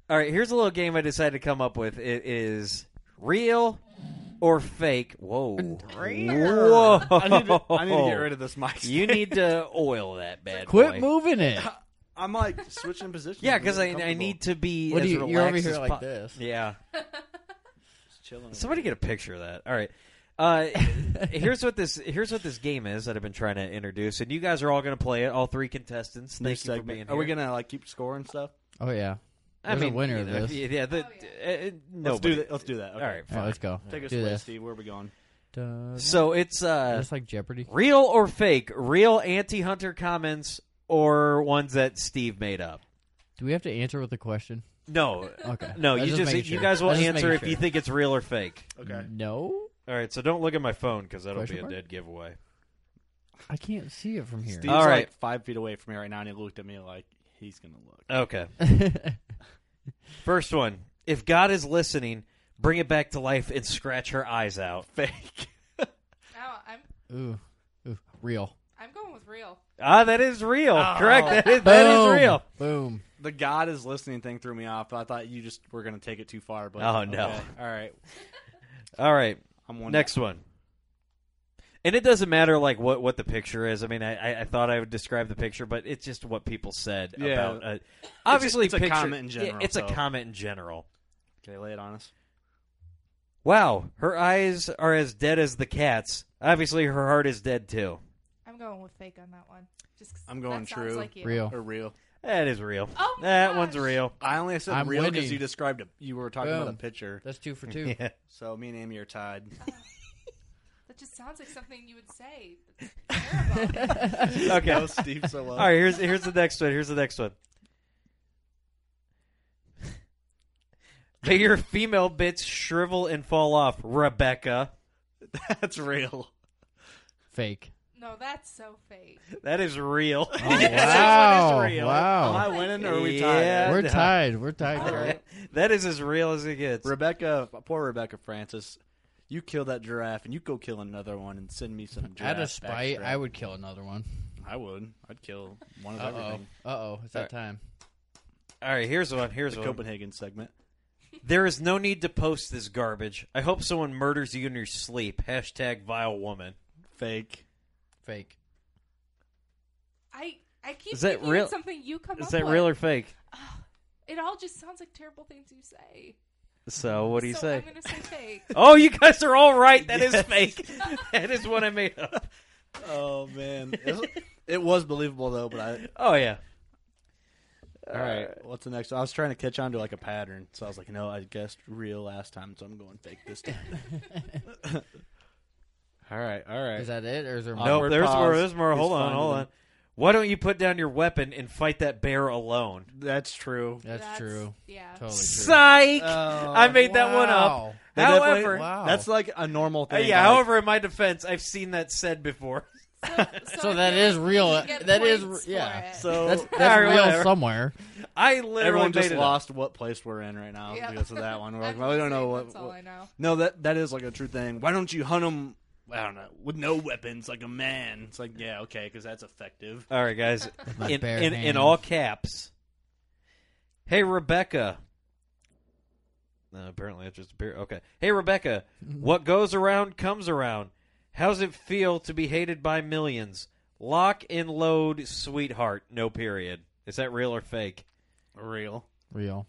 [SPEAKER 2] all right here's a little game i decided to come up with it is real or fake whoa whoa
[SPEAKER 3] I, need to, I need to get rid of this mic.
[SPEAKER 2] you need to oil that bad boy.
[SPEAKER 4] Quit moving it.
[SPEAKER 3] I'm like switching positions.
[SPEAKER 2] yeah
[SPEAKER 3] I'm
[SPEAKER 2] because I,
[SPEAKER 3] really
[SPEAKER 2] I need to be
[SPEAKER 4] What do
[SPEAKER 2] as
[SPEAKER 4] you-
[SPEAKER 2] relaxed
[SPEAKER 4] you're over here
[SPEAKER 2] as
[SPEAKER 4] like
[SPEAKER 2] po-
[SPEAKER 4] this.
[SPEAKER 2] yeah
[SPEAKER 3] comfortable. chilling. over
[SPEAKER 2] Somebody get a picture of that. All right. Uh, here's what this here's what this game is that I've been trying to introduce, and you guys are all going to play it. All three contestants.
[SPEAKER 3] New
[SPEAKER 2] Thank you for
[SPEAKER 3] segment.
[SPEAKER 2] being
[SPEAKER 3] Are we
[SPEAKER 2] here.
[SPEAKER 3] gonna like keep score and stuff?
[SPEAKER 4] Oh yeah.
[SPEAKER 2] I
[SPEAKER 4] There's
[SPEAKER 2] mean,
[SPEAKER 4] a winner
[SPEAKER 2] you
[SPEAKER 4] of
[SPEAKER 2] know,
[SPEAKER 4] this.
[SPEAKER 2] Yeah. yeah, the,
[SPEAKER 5] Oh,
[SPEAKER 2] uh,
[SPEAKER 3] Let's
[SPEAKER 2] nobody.
[SPEAKER 3] do that. Let's do that. Okay.
[SPEAKER 2] All right.
[SPEAKER 4] All right, let's go.
[SPEAKER 3] Take us
[SPEAKER 4] Do
[SPEAKER 3] away,
[SPEAKER 4] this.
[SPEAKER 3] Steve. Where are we going?
[SPEAKER 4] Dun-
[SPEAKER 2] So it's uh,
[SPEAKER 4] It's like Jeopardy.
[SPEAKER 2] real or fake, real anti-hunter comments or ones that Steve made up.
[SPEAKER 4] Do we have to answer with a question?
[SPEAKER 2] No,
[SPEAKER 4] Okay.
[SPEAKER 2] no.
[SPEAKER 4] I was
[SPEAKER 2] you just,
[SPEAKER 4] making
[SPEAKER 2] you
[SPEAKER 4] sure.
[SPEAKER 2] guys will
[SPEAKER 4] I was just
[SPEAKER 2] answer
[SPEAKER 4] making
[SPEAKER 2] if you
[SPEAKER 4] sure.
[SPEAKER 2] think it's real or fake.
[SPEAKER 3] Okay.
[SPEAKER 4] No.
[SPEAKER 2] All right. So don't look at my phone because that'll
[SPEAKER 4] Question
[SPEAKER 2] be a
[SPEAKER 4] mark?
[SPEAKER 2] dead giveaway.
[SPEAKER 4] I can't see it from here.
[SPEAKER 3] Steve's
[SPEAKER 2] All right.
[SPEAKER 3] like five feet away from me right now, and he looked at me like he's gonna look.
[SPEAKER 2] Okay. First one. If God is listening, bring it back to life and scratch her eyes out.
[SPEAKER 3] Fake.
[SPEAKER 5] Now I'm
[SPEAKER 4] ooh, ooh, real.
[SPEAKER 5] I'm going with real.
[SPEAKER 2] Ah, that is real. Correct. That is, that is
[SPEAKER 4] Oh. Boom.
[SPEAKER 2] real.
[SPEAKER 4] Boom.
[SPEAKER 3] the God is listening thing threw me off. I thought you just were gonna take it too far. But
[SPEAKER 2] Oh, no.
[SPEAKER 3] okay. All right,
[SPEAKER 2] All right.
[SPEAKER 3] I'm one
[SPEAKER 2] Next one. And it doesn't matter like what, what the picture is. I mean, I, I- I thought I would describe the picture, but it's just what people said
[SPEAKER 3] Yeah.
[SPEAKER 2] about. Uh, obviously,
[SPEAKER 3] it's a
[SPEAKER 2] picture-
[SPEAKER 3] comment in
[SPEAKER 2] yeah,
[SPEAKER 3] general,
[SPEAKER 2] It's
[SPEAKER 3] so.
[SPEAKER 2] a comment in general.
[SPEAKER 3] Okay, lay it on us.
[SPEAKER 2] Wow, her eyes are as dead as the cat's. Obviously, her heart is dead too.
[SPEAKER 5] I'm going with fake on that one. Just 'cause
[SPEAKER 3] I'm going
[SPEAKER 5] that sounds
[SPEAKER 3] true.
[SPEAKER 5] Like you.
[SPEAKER 4] Real.
[SPEAKER 3] Or real.
[SPEAKER 2] That is real.
[SPEAKER 5] Oh my
[SPEAKER 2] that
[SPEAKER 5] gosh.
[SPEAKER 2] one's real.
[SPEAKER 3] I only said
[SPEAKER 4] I'm
[SPEAKER 3] real because
[SPEAKER 4] winning.
[SPEAKER 3] you described it. You were talking about a
[SPEAKER 4] Boom.
[SPEAKER 3] picture.
[SPEAKER 4] That's two for two.
[SPEAKER 2] Yeah.
[SPEAKER 3] So me and Amy are tied.
[SPEAKER 5] That just sounds like something you would say. That's terrible.
[SPEAKER 2] Okay.
[SPEAKER 3] That was Steve so well.
[SPEAKER 2] All right, here's here's the next one. Here's the next one. May your female bits shrivel and fall off, Rebecca.
[SPEAKER 3] That's real.
[SPEAKER 4] Fake.
[SPEAKER 5] no, that's so fake.
[SPEAKER 2] That is real.
[SPEAKER 4] wow.
[SPEAKER 3] Am I
[SPEAKER 4] Wow.
[SPEAKER 3] winning or are we tied?
[SPEAKER 2] Yeah.
[SPEAKER 4] Oh. We're
[SPEAKER 2] no.
[SPEAKER 4] tied. We're tied.
[SPEAKER 5] All
[SPEAKER 4] Garrett.
[SPEAKER 2] that is as real as it gets.
[SPEAKER 3] Rebecca, poor Rebecca Francis. You kill that giraffe and you go kill another one and send me some giraffe.
[SPEAKER 4] Out of
[SPEAKER 3] back
[SPEAKER 4] spite,
[SPEAKER 3] strap.
[SPEAKER 4] I would kill another one.
[SPEAKER 3] I would. I'd kill one of
[SPEAKER 4] Uh oh.
[SPEAKER 3] everything.
[SPEAKER 4] Uh oh. It's
[SPEAKER 2] Alright.
[SPEAKER 4] that time.
[SPEAKER 2] All right, here's one. Here's
[SPEAKER 3] The
[SPEAKER 2] one.
[SPEAKER 3] Copenhagen segment.
[SPEAKER 2] There is no need to post this garbage. I hope someone murders you in your sleep. Hashtag vile woman.
[SPEAKER 3] Fake.
[SPEAKER 4] Fake.
[SPEAKER 5] I I keep
[SPEAKER 2] Is that
[SPEAKER 5] thinking
[SPEAKER 2] real-
[SPEAKER 5] it's something you come
[SPEAKER 2] Is
[SPEAKER 5] up
[SPEAKER 2] that
[SPEAKER 5] with.
[SPEAKER 2] real or fake?
[SPEAKER 5] It all just sounds like terrible things you say.
[SPEAKER 2] So what do you
[SPEAKER 5] so
[SPEAKER 2] say?
[SPEAKER 5] I'm gonna say fake.
[SPEAKER 2] Oh, you guys are all right. That is fake. that is what I made up.
[SPEAKER 3] Oh man, it was, it was believable though. But I,
[SPEAKER 2] Oh yeah.
[SPEAKER 3] all right, what's the next? one? I was trying to catch on to like a pattern, so I was like, no, I guessed real last time, so I'm going fake this time. all right, all right.
[SPEAKER 4] Is that it, or is there more?
[SPEAKER 2] No,
[SPEAKER 3] Awkward
[SPEAKER 2] there's
[SPEAKER 3] pause.
[SPEAKER 2] more. There's more.
[SPEAKER 3] He's
[SPEAKER 2] Hold on.
[SPEAKER 3] finding
[SPEAKER 2] Hold
[SPEAKER 3] them.
[SPEAKER 2] on. Why don't you put down your weapon and fight that bear alone?
[SPEAKER 3] That's true.
[SPEAKER 4] That's, true.
[SPEAKER 5] Yeah.
[SPEAKER 4] Totally true.
[SPEAKER 2] Psych.
[SPEAKER 3] Oh,
[SPEAKER 2] I made that one up.
[SPEAKER 4] Wow.
[SPEAKER 3] They definitely-
[SPEAKER 2] However,
[SPEAKER 4] Wow.
[SPEAKER 3] that's like a normal
[SPEAKER 2] Uh,
[SPEAKER 3] thing.
[SPEAKER 2] yeah.
[SPEAKER 3] like-
[SPEAKER 2] However, in my defense, I've seen that said before.
[SPEAKER 5] So,
[SPEAKER 4] So
[SPEAKER 5] I
[SPEAKER 4] that
[SPEAKER 5] feel
[SPEAKER 4] is
[SPEAKER 5] like
[SPEAKER 4] real.
[SPEAKER 5] you get
[SPEAKER 4] That is
[SPEAKER 5] points
[SPEAKER 4] r- yeah.
[SPEAKER 5] for it.
[SPEAKER 3] so
[SPEAKER 4] That's, that's
[SPEAKER 2] Alright,
[SPEAKER 4] real
[SPEAKER 2] whatever.
[SPEAKER 4] somewhere.
[SPEAKER 2] I literally
[SPEAKER 3] everyone
[SPEAKER 2] made
[SPEAKER 3] just
[SPEAKER 2] it up.
[SPEAKER 3] lost what place we're in right now
[SPEAKER 5] Yeah.
[SPEAKER 3] because of that one. We're like,
[SPEAKER 5] I'm
[SPEAKER 3] well, we don't
[SPEAKER 5] just
[SPEAKER 3] know
[SPEAKER 5] saying,
[SPEAKER 3] what.
[SPEAKER 5] That's all
[SPEAKER 3] what-
[SPEAKER 5] I know.
[SPEAKER 3] No, that that is like a true thing. Why don't you hunt them? I don't know, with no weapons, like a man. It's like, yeah, okay, because that's effective.
[SPEAKER 2] All right, guys.
[SPEAKER 4] my
[SPEAKER 2] in,
[SPEAKER 4] bare
[SPEAKER 2] in, in
[SPEAKER 4] hands.
[SPEAKER 2] all caps. Hey, Rebecca. No, apparently it's just a beer. Okay. Hey, Rebecca.
[SPEAKER 4] Mm-hmm.
[SPEAKER 2] what goes around comes around. How's it feel to be hated by millions? Lock and load, sweetheart. No period. Is that real or fake?
[SPEAKER 3] Real.
[SPEAKER 4] Real.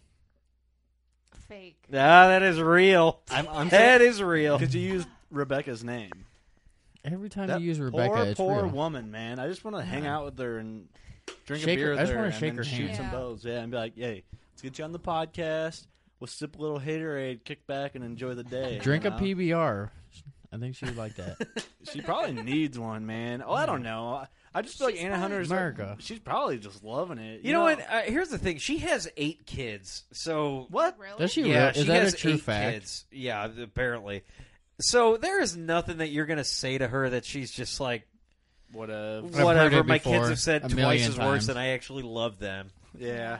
[SPEAKER 5] Fake.
[SPEAKER 2] Ah, that is real.
[SPEAKER 3] I'm, I'm
[SPEAKER 2] That is real.
[SPEAKER 3] Because you used Rebecca's name.
[SPEAKER 4] Every time
[SPEAKER 3] That
[SPEAKER 4] you use Rebecca,
[SPEAKER 3] poor,
[SPEAKER 4] it's
[SPEAKER 3] poor
[SPEAKER 4] real.
[SPEAKER 3] woman, man. I just want to hang out with her and drink
[SPEAKER 4] Shake
[SPEAKER 3] a
[SPEAKER 4] her-
[SPEAKER 3] beer
[SPEAKER 4] I
[SPEAKER 3] with
[SPEAKER 4] just
[SPEAKER 3] her
[SPEAKER 4] wanna
[SPEAKER 3] and
[SPEAKER 4] shake
[SPEAKER 3] then
[SPEAKER 4] her
[SPEAKER 3] shoot
[SPEAKER 4] hand.
[SPEAKER 3] some
[SPEAKER 5] Yeah.
[SPEAKER 3] bows. Yeah, and be like, hey, let's get you on the podcast. We'll sip a little haterade, kick back, and enjoy the day.
[SPEAKER 4] Drink
[SPEAKER 3] you
[SPEAKER 4] a
[SPEAKER 3] know?
[SPEAKER 4] PBR. I think she would like that.
[SPEAKER 3] She probably needs one, man. Oh, I don't know. I- I just feel like
[SPEAKER 5] She's
[SPEAKER 3] Anna
[SPEAKER 5] probably-
[SPEAKER 3] Hunter's
[SPEAKER 4] America.
[SPEAKER 3] She's probably just loving it.
[SPEAKER 2] You know what? Uh, here's the thing. She has eight kids. So
[SPEAKER 3] What?
[SPEAKER 5] Really?
[SPEAKER 4] Does she?
[SPEAKER 2] yeah,
[SPEAKER 4] real? Is
[SPEAKER 2] she
[SPEAKER 4] that
[SPEAKER 2] has
[SPEAKER 4] a true
[SPEAKER 2] eight
[SPEAKER 4] fact?
[SPEAKER 2] kids. Yeah, apparently. So there is nothing that you're gonna say to her that she's just like
[SPEAKER 3] What a
[SPEAKER 4] heard
[SPEAKER 2] whatever.
[SPEAKER 4] it
[SPEAKER 2] My
[SPEAKER 4] before
[SPEAKER 2] kids have said
[SPEAKER 4] a
[SPEAKER 2] twice
[SPEAKER 4] million
[SPEAKER 2] as worse,
[SPEAKER 4] times.
[SPEAKER 2] and I actually love them.
[SPEAKER 3] yeah.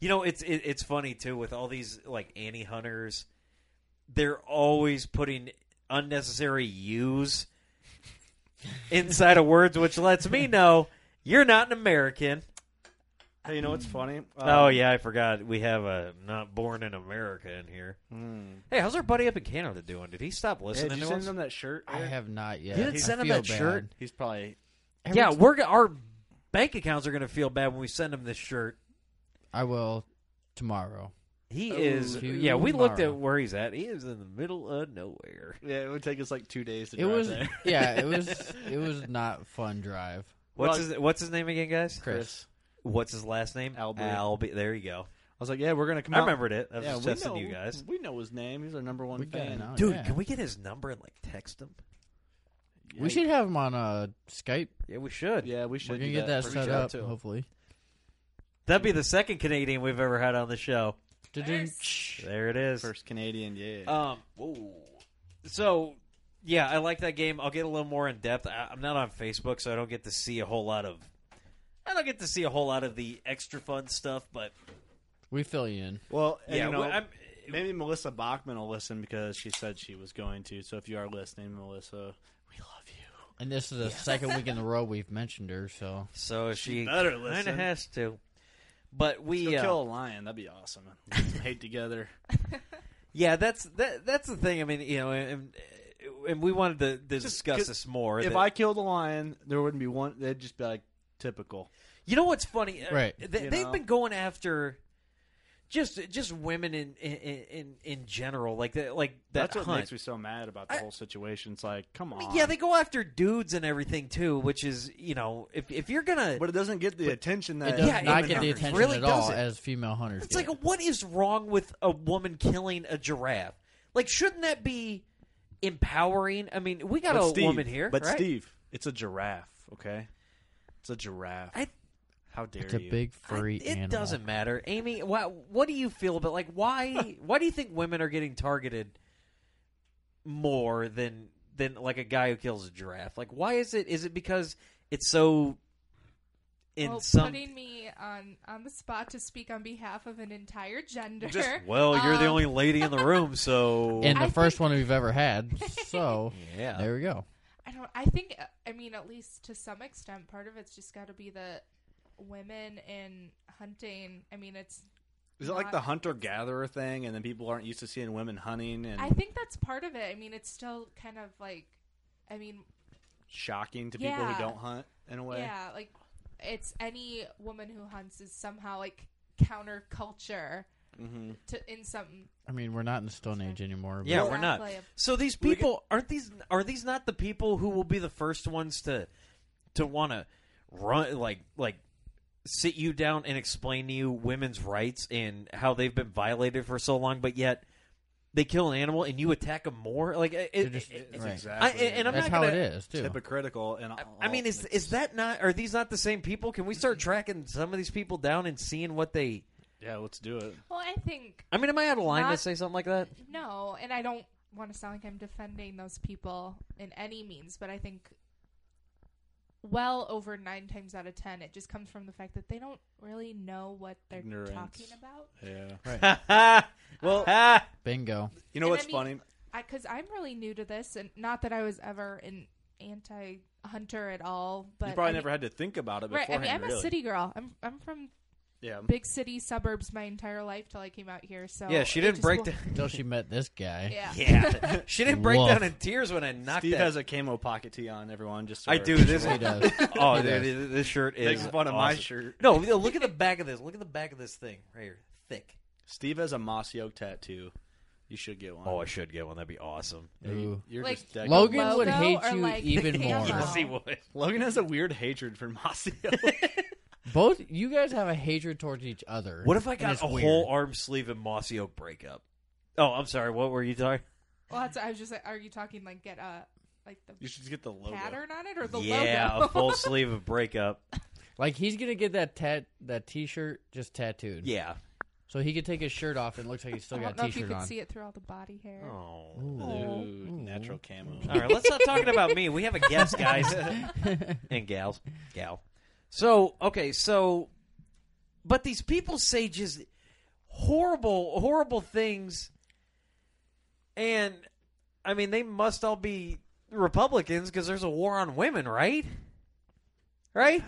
[SPEAKER 2] You know, it's it, it's funny too with all these like Annie hunters. They're always putting unnecessary "yous" inside of words, which lets me know you're not an American.
[SPEAKER 3] Hey, you know what's funny?
[SPEAKER 2] oh
[SPEAKER 3] Um,
[SPEAKER 2] yeah, I forgot we have a not born in America in here.
[SPEAKER 3] mm.
[SPEAKER 2] Hey, how's our buddy up in Canada doing? Did he stop
[SPEAKER 3] Hey,
[SPEAKER 2] listening
[SPEAKER 3] did you
[SPEAKER 2] to
[SPEAKER 3] send
[SPEAKER 2] us?
[SPEAKER 3] him that shirt?
[SPEAKER 4] I
[SPEAKER 3] Eric?
[SPEAKER 4] have not yet.
[SPEAKER 2] You didn't
[SPEAKER 4] I
[SPEAKER 2] send him
[SPEAKER 4] feel
[SPEAKER 2] that
[SPEAKER 4] bad.
[SPEAKER 2] shirt?
[SPEAKER 3] He's probably
[SPEAKER 4] Every
[SPEAKER 2] Yeah,
[SPEAKER 4] t-
[SPEAKER 2] we're g- our bank accounts are going to feel bad when we send him this shirt.
[SPEAKER 4] I will tomorrow.
[SPEAKER 2] He
[SPEAKER 3] Oh,
[SPEAKER 2] is. Yeah, we looked at
[SPEAKER 4] tomorrow.
[SPEAKER 2] where he's at. He is in the middle of nowhere.
[SPEAKER 3] yeah. It would take us like two days to.
[SPEAKER 4] It
[SPEAKER 3] drive
[SPEAKER 4] was
[SPEAKER 3] there.
[SPEAKER 4] yeah. It was it was not fun drive.
[SPEAKER 2] What's
[SPEAKER 3] Well-
[SPEAKER 2] his What's his name again, guys?
[SPEAKER 4] Chris,
[SPEAKER 2] What's his last name?
[SPEAKER 3] Albee.
[SPEAKER 2] Albee. There you go.
[SPEAKER 3] I was like, yeah, we're gonna come.
[SPEAKER 2] I
[SPEAKER 3] out.
[SPEAKER 2] remembered it. I was
[SPEAKER 3] Yeah,
[SPEAKER 2] just
[SPEAKER 3] we
[SPEAKER 2] testing
[SPEAKER 3] know- Oh,
[SPEAKER 2] you guys.
[SPEAKER 3] We know his name. He's our number one
[SPEAKER 4] we got it
[SPEAKER 3] fan.
[SPEAKER 4] now,
[SPEAKER 2] Dude,
[SPEAKER 4] yeah.
[SPEAKER 2] can we get his number and like text him?
[SPEAKER 3] Yeah,
[SPEAKER 4] We should have him on uh, Skype.
[SPEAKER 2] Yeah, we should.
[SPEAKER 3] Yeah, we should.
[SPEAKER 4] We're gonna
[SPEAKER 3] do
[SPEAKER 4] get that
[SPEAKER 3] for
[SPEAKER 4] set
[SPEAKER 3] sure.
[SPEAKER 4] up.
[SPEAKER 3] Too.
[SPEAKER 4] Hopefully.
[SPEAKER 2] That'd be the second Canadian we've ever had on the show.
[SPEAKER 4] Da-ding.
[SPEAKER 2] There it is. Uh,
[SPEAKER 3] First Canadian, yeah.
[SPEAKER 2] Um. Whoa. Um, So yeah, I like that game. I'll get a little more in depth. I, I'm not on Facebook, so I don't get to see a whole lot of. I don't get to see a whole lot of the extra fun stuff, but
[SPEAKER 4] We fill you in.
[SPEAKER 3] Well, and,
[SPEAKER 2] yeah,
[SPEAKER 3] you know,
[SPEAKER 2] well, I'm,
[SPEAKER 3] maybe Melissa Bachman will listen because she said she was going to. So if you are listening, Melissa, we love you.
[SPEAKER 4] And this is the second week in a row we've mentioned her, so
[SPEAKER 2] so she,
[SPEAKER 3] better
[SPEAKER 2] kind
[SPEAKER 3] listen.
[SPEAKER 2] of has to. But
[SPEAKER 3] Go
[SPEAKER 2] we uh,
[SPEAKER 3] kill a lion. That'd be awesome. Get some hate together.
[SPEAKER 2] Yeah, that's that. That's the thing. I mean, you know, and, and we wanted to, to
[SPEAKER 3] Just
[SPEAKER 2] discuss
[SPEAKER 3] 'cause
[SPEAKER 2] this more.
[SPEAKER 3] If
[SPEAKER 2] that-
[SPEAKER 3] I killed a lion, there wouldn't be one. They'd just be like typical.
[SPEAKER 2] you know what's funny, Uh,
[SPEAKER 4] Right.
[SPEAKER 2] They,
[SPEAKER 3] You
[SPEAKER 2] they've
[SPEAKER 3] know?
[SPEAKER 2] been going after just just women in in in, in general, like that, like that
[SPEAKER 3] That's what
[SPEAKER 2] hunt.
[SPEAKER 3] makes me so mad about the
[SPEAKER 2] I-
[SPEAKER 3] whole situation. It's like, come
[SPEAKER 2] I mean,
[SPEAKER 3] on.
[SPEAKER 2] yeah, they go after dudes and everything too, which is you know, if if you're gonna,
[SPEAKER 3] But it doesn't get the attention that
[SPEAKER 4] it does
[SPEAKER 2] Yeah,
[SPEAKER 4] not
[SPEAKER 2] it
[SPEAKER 4] get the
[SPEAKER 2] doesn't.
[SPEAKER 4] attention
[SPEAKER 2] Really
[SPEAKER 4] at all
[SPEAKER 2] doesn't.
[SPEAKER 4] as female hunters.
[SPEAKER 2] it's
[SPEAKER 4] get.
[SPEAKER 2] like, what is wrong with a woman killing a giraffe? Like, shouldn't that be empowering? I mean, we got
[SPEAKER 3] But
[SPEAKER 2] a
[SPEAKER 3] Steve-
[SPEAKER 2] woman here,
[SPEAKER 3] But
[SPEAKER 2] right?
[SPEAKER 3] Steve, it's a giraffe. Okay, it's a giraffe.
[SPEAKER 2] I-
[SPEAKER 3] How dare
[SPEAKER 4] it's a
[SPEAKER 3] you?
[SPEAKER 4] big
[SPEAKER 2] I-
[SPEAKER 4] furry
[SPEAKER 2] it
[SPEAKER 4] animal.
[SPEAKER 2] doesn't matter amy why, what do you feel about like why why do you think women are getting targeted more than than like a guy who kills a giraffe like why is it is it because it's so in
[SPEAKER 5] well,
[SPEAKER 2] some
[SPEAKER 5] putting me on on the spot to speak on behalf of an entire gender.
[SPEAKER 2] just well you're the
[SPEAKER 5] Um,
[SPEAKER 2] only lady in the room so
[SPEAKER 4] And the
[SPEAKER 5] I
[SPEAKER 4] first
[SPEAKER 5] think-
[SPEAKER 4] one we've ever had, so
[SPEAKER 2] yeah
[SPEAKER 4] there we go.
[SPEAKER 5] I don't. I think. uh, I mean, at least to some extent, part of it's just got to be the women in hunting. I mean, it's.
[SPEAKER 3] Is it like
[SPEAKER 5] not-
[SPEAKER 3] the hunter gatherer thing, and then people aren't used to seeing women hunting and
[SPEAKER 5] I think that's part of it. I mean, it's still kind of like. I mean,
[SPEAKER 3] shocking to people
[SPEAKER 5] Yeah.
[SPEAKER 3] who don't hunt in a way?
[SPEAKER 5] yeah, like it's any woman who hunts is somehow like counterculture
[SPEAKER 3] Mm-hmm.
[SPEAKER 5] to in some.
[SPEAKER 4] I mean, we're not in the Stone Age anymore. but-
[SPEAKER 2] Yeah, we're not.
[SPEAKER 5] Exactly.
[SPEAKER 2] So these
[SPEAKER 3] We get-
[SPEAKER 2] people aren't these are these not the people who will be the first ones to to want to run like like sit you down and explain to you women's rights and how they've been violated for so long, but yet they kill an animal and you attack them more. Like it, it,
[SPEAKER 4] just-
[SPEAKER 2] it-
[SPEAKER 3] That's
[SPEAKER 4] Right.
[SPEAKER 2] I,
[SPEAKER 3] exactly.
[SPEAKER 2] and I'm
[SPEAKER 4] That's
[SPEAKER 2] not
[SPEAKER 4] how
[SPEAKER 2] gonna,
[SPEAKER 4] it is
[SPEAKER 3] it's
[SPEAKER 4] too.
[SPEAKER 3] hypocritical. And
[SPEAKER 2] I,
[SPEAKER 3] all-
[SPEAKER 2] I mean, is
[SPEAKER 3] it's-
[SPEAKER 2] is that not? Are these not the same people? Can we start tracking some of these people down and seeing what they?
[SPEAKER 3] yeah? Let's do it.
[SPEAKER 5] Well, I think
[SPEAKER 2] I mean, am I out of line to
[SPEAKER 5] Not-
[SPEAKER 2] say something like that?
[SPEAKER 5] No, and I don't want to sound like I'm defending those people in any means, but I think well over nine times out of ten, it just comes from the fact that they don't really know what they're
[SPEAKER 3] Ignorance.
[SPEAKER 5] talking about.
[SPEAKER 3] Yeah.
[SPEAKER 2] well,
[SPEAKER 4] Bingo.
[SPEAKER 3] You know
[SPEAKER 5] And I
[SPEAKER 3] what's
[SPEAKER 5] mean-
[SPEAKER 3] funny?
[SPEAKER 5] Because I'm really new to this, and not that I was ever an anti hunter at all, but
[SPEAKER 3] you probably
[SPEAKER 5] I
[SPEAKER 3] never
[SPEAKER 5] mean,
[SPEAKER 3] had to think about it
[SPEAKER 5] Right, I
[SPEAKER 3] beforehand.
[SPEAKER 5] mean, I'm
[SPEAKER 3] really.
[SPEAKER 5] a city girl. I'm I'm from
[SPEAKER 3] Yeah.
[SPEAKER 5] big city suburbs my entire life till I came out here. So
[SPEAKER 2] yeah, she
[SPEAKER 5] it
[SPEAKER 2] didn't
[SPEAKER 5] just
[SPEAKER 2] break
[SPEAKER 5] won't-
[SPEAKER 2] down.
[SPEAKER 4] Until she met this guy.
[SPEAKER 5] Yeah,
[SPEAKER 2] Yeah, she didn't break
[SPEAKER 4] Woof.
[SPEAKER 2] down in tears when I knocked
[SPEAKER 3] Steve
[SPEAKER 2] that.
[SPEAKER 3] has a camo pocket tee on. Everyone just so
[SPEAKER 2] I
[SPEAKER 3] we're-
[SPEAKER 2] do this.
[SPEAKER 4] He does.
[SPEAKER 2] Oh,
[SPEAKER 4] He
[SPEAKER 2] dude,
[SPEAKER 4] does.
[SPEAKER 2] this shirt is
[SPEAKER 3] Makes fun of my
[SPEAKER 2] awesome.
[SPEAKER 3] shirt.
[SPEAKER 2] No, no, look at the back of this. Look at the back of this thing right here, thick.
[SPEAKER 3] Steve has a mossy oak tattoo. You should get one.
[SPEAKER 2] Oh, I should get one. That'd be awesome.
[SPEAKER 3] Yeah, you, you're
[SPEAKER 5] Like,
[SPEAKER 3] just decked
[SPEAKER 4] Logan
[SPEAKER 3] out.
[SPEAKER 5] Logo
[SPEAKER 4] would hate
[SPEAKER 5] or,
[SPEAKER 4] you
[SPEAKER 5] like,
[SPEAKER 4] even
[SPEAKER 5] camo?
[SPEAKER 4] more.
[SPEAKER 2] Yes, he would.
[SPEAKER 3] Logan has a weird hatred for mossy oak.
[SPEAKER 4] Both you guys have a hatred towards each other.
[SPEAKER 2] What if I
[SPEAKER 4] and
[SPEAKER 2] got
[SPEAKER 4] it's
[SPEAKER 2] a
[SPEAKER 4] weird.
[SPEAKER 2] whole arm sleeve and mossy oak breakup? Oh, I'm sorry. What were you talking?
[SPEAKER 5] Well, that's, I was just like, are you talking like get a like the
[SPEAKER 3] you should get the logo.
[SPEAKER 5] pattern on it or the
[SPEAKER 2] yeah,
[SPEAKER 5] logo?
[SPEAKER 2] a full sleeve of breakup.
[SPEAKER 4] Like he's gonna get that tat that t shirt just tattooed.
[SPEAKER 2] Yeah.
[SPEAKER 4] So he could take his shirt off and it looks like he's still
[SPEAKER 5] I
[SPEAKER 4] got
[SPEAKER 5] don't
[SPEAKER 4] a
[SPEAKER 5] know
[SPEAKER 4] t
[SPEAKER 5] if you
[SPEAKER 4] shirt
[SPEAKER 5] could
[SPEAKER 4] on.
[SPEAKER 5] see it through all the body hair.
[SPEAKER 2] Oh.
[SPEAKER 3] Ooh, natural camo.
[SPEAKER 2] All right, let's stop talking about me. We have a guest, guys and gals, gal. So okay, so but these people say just horrible, horrible things, and I mean they must all be Republicans because there's a war on women, right? Right?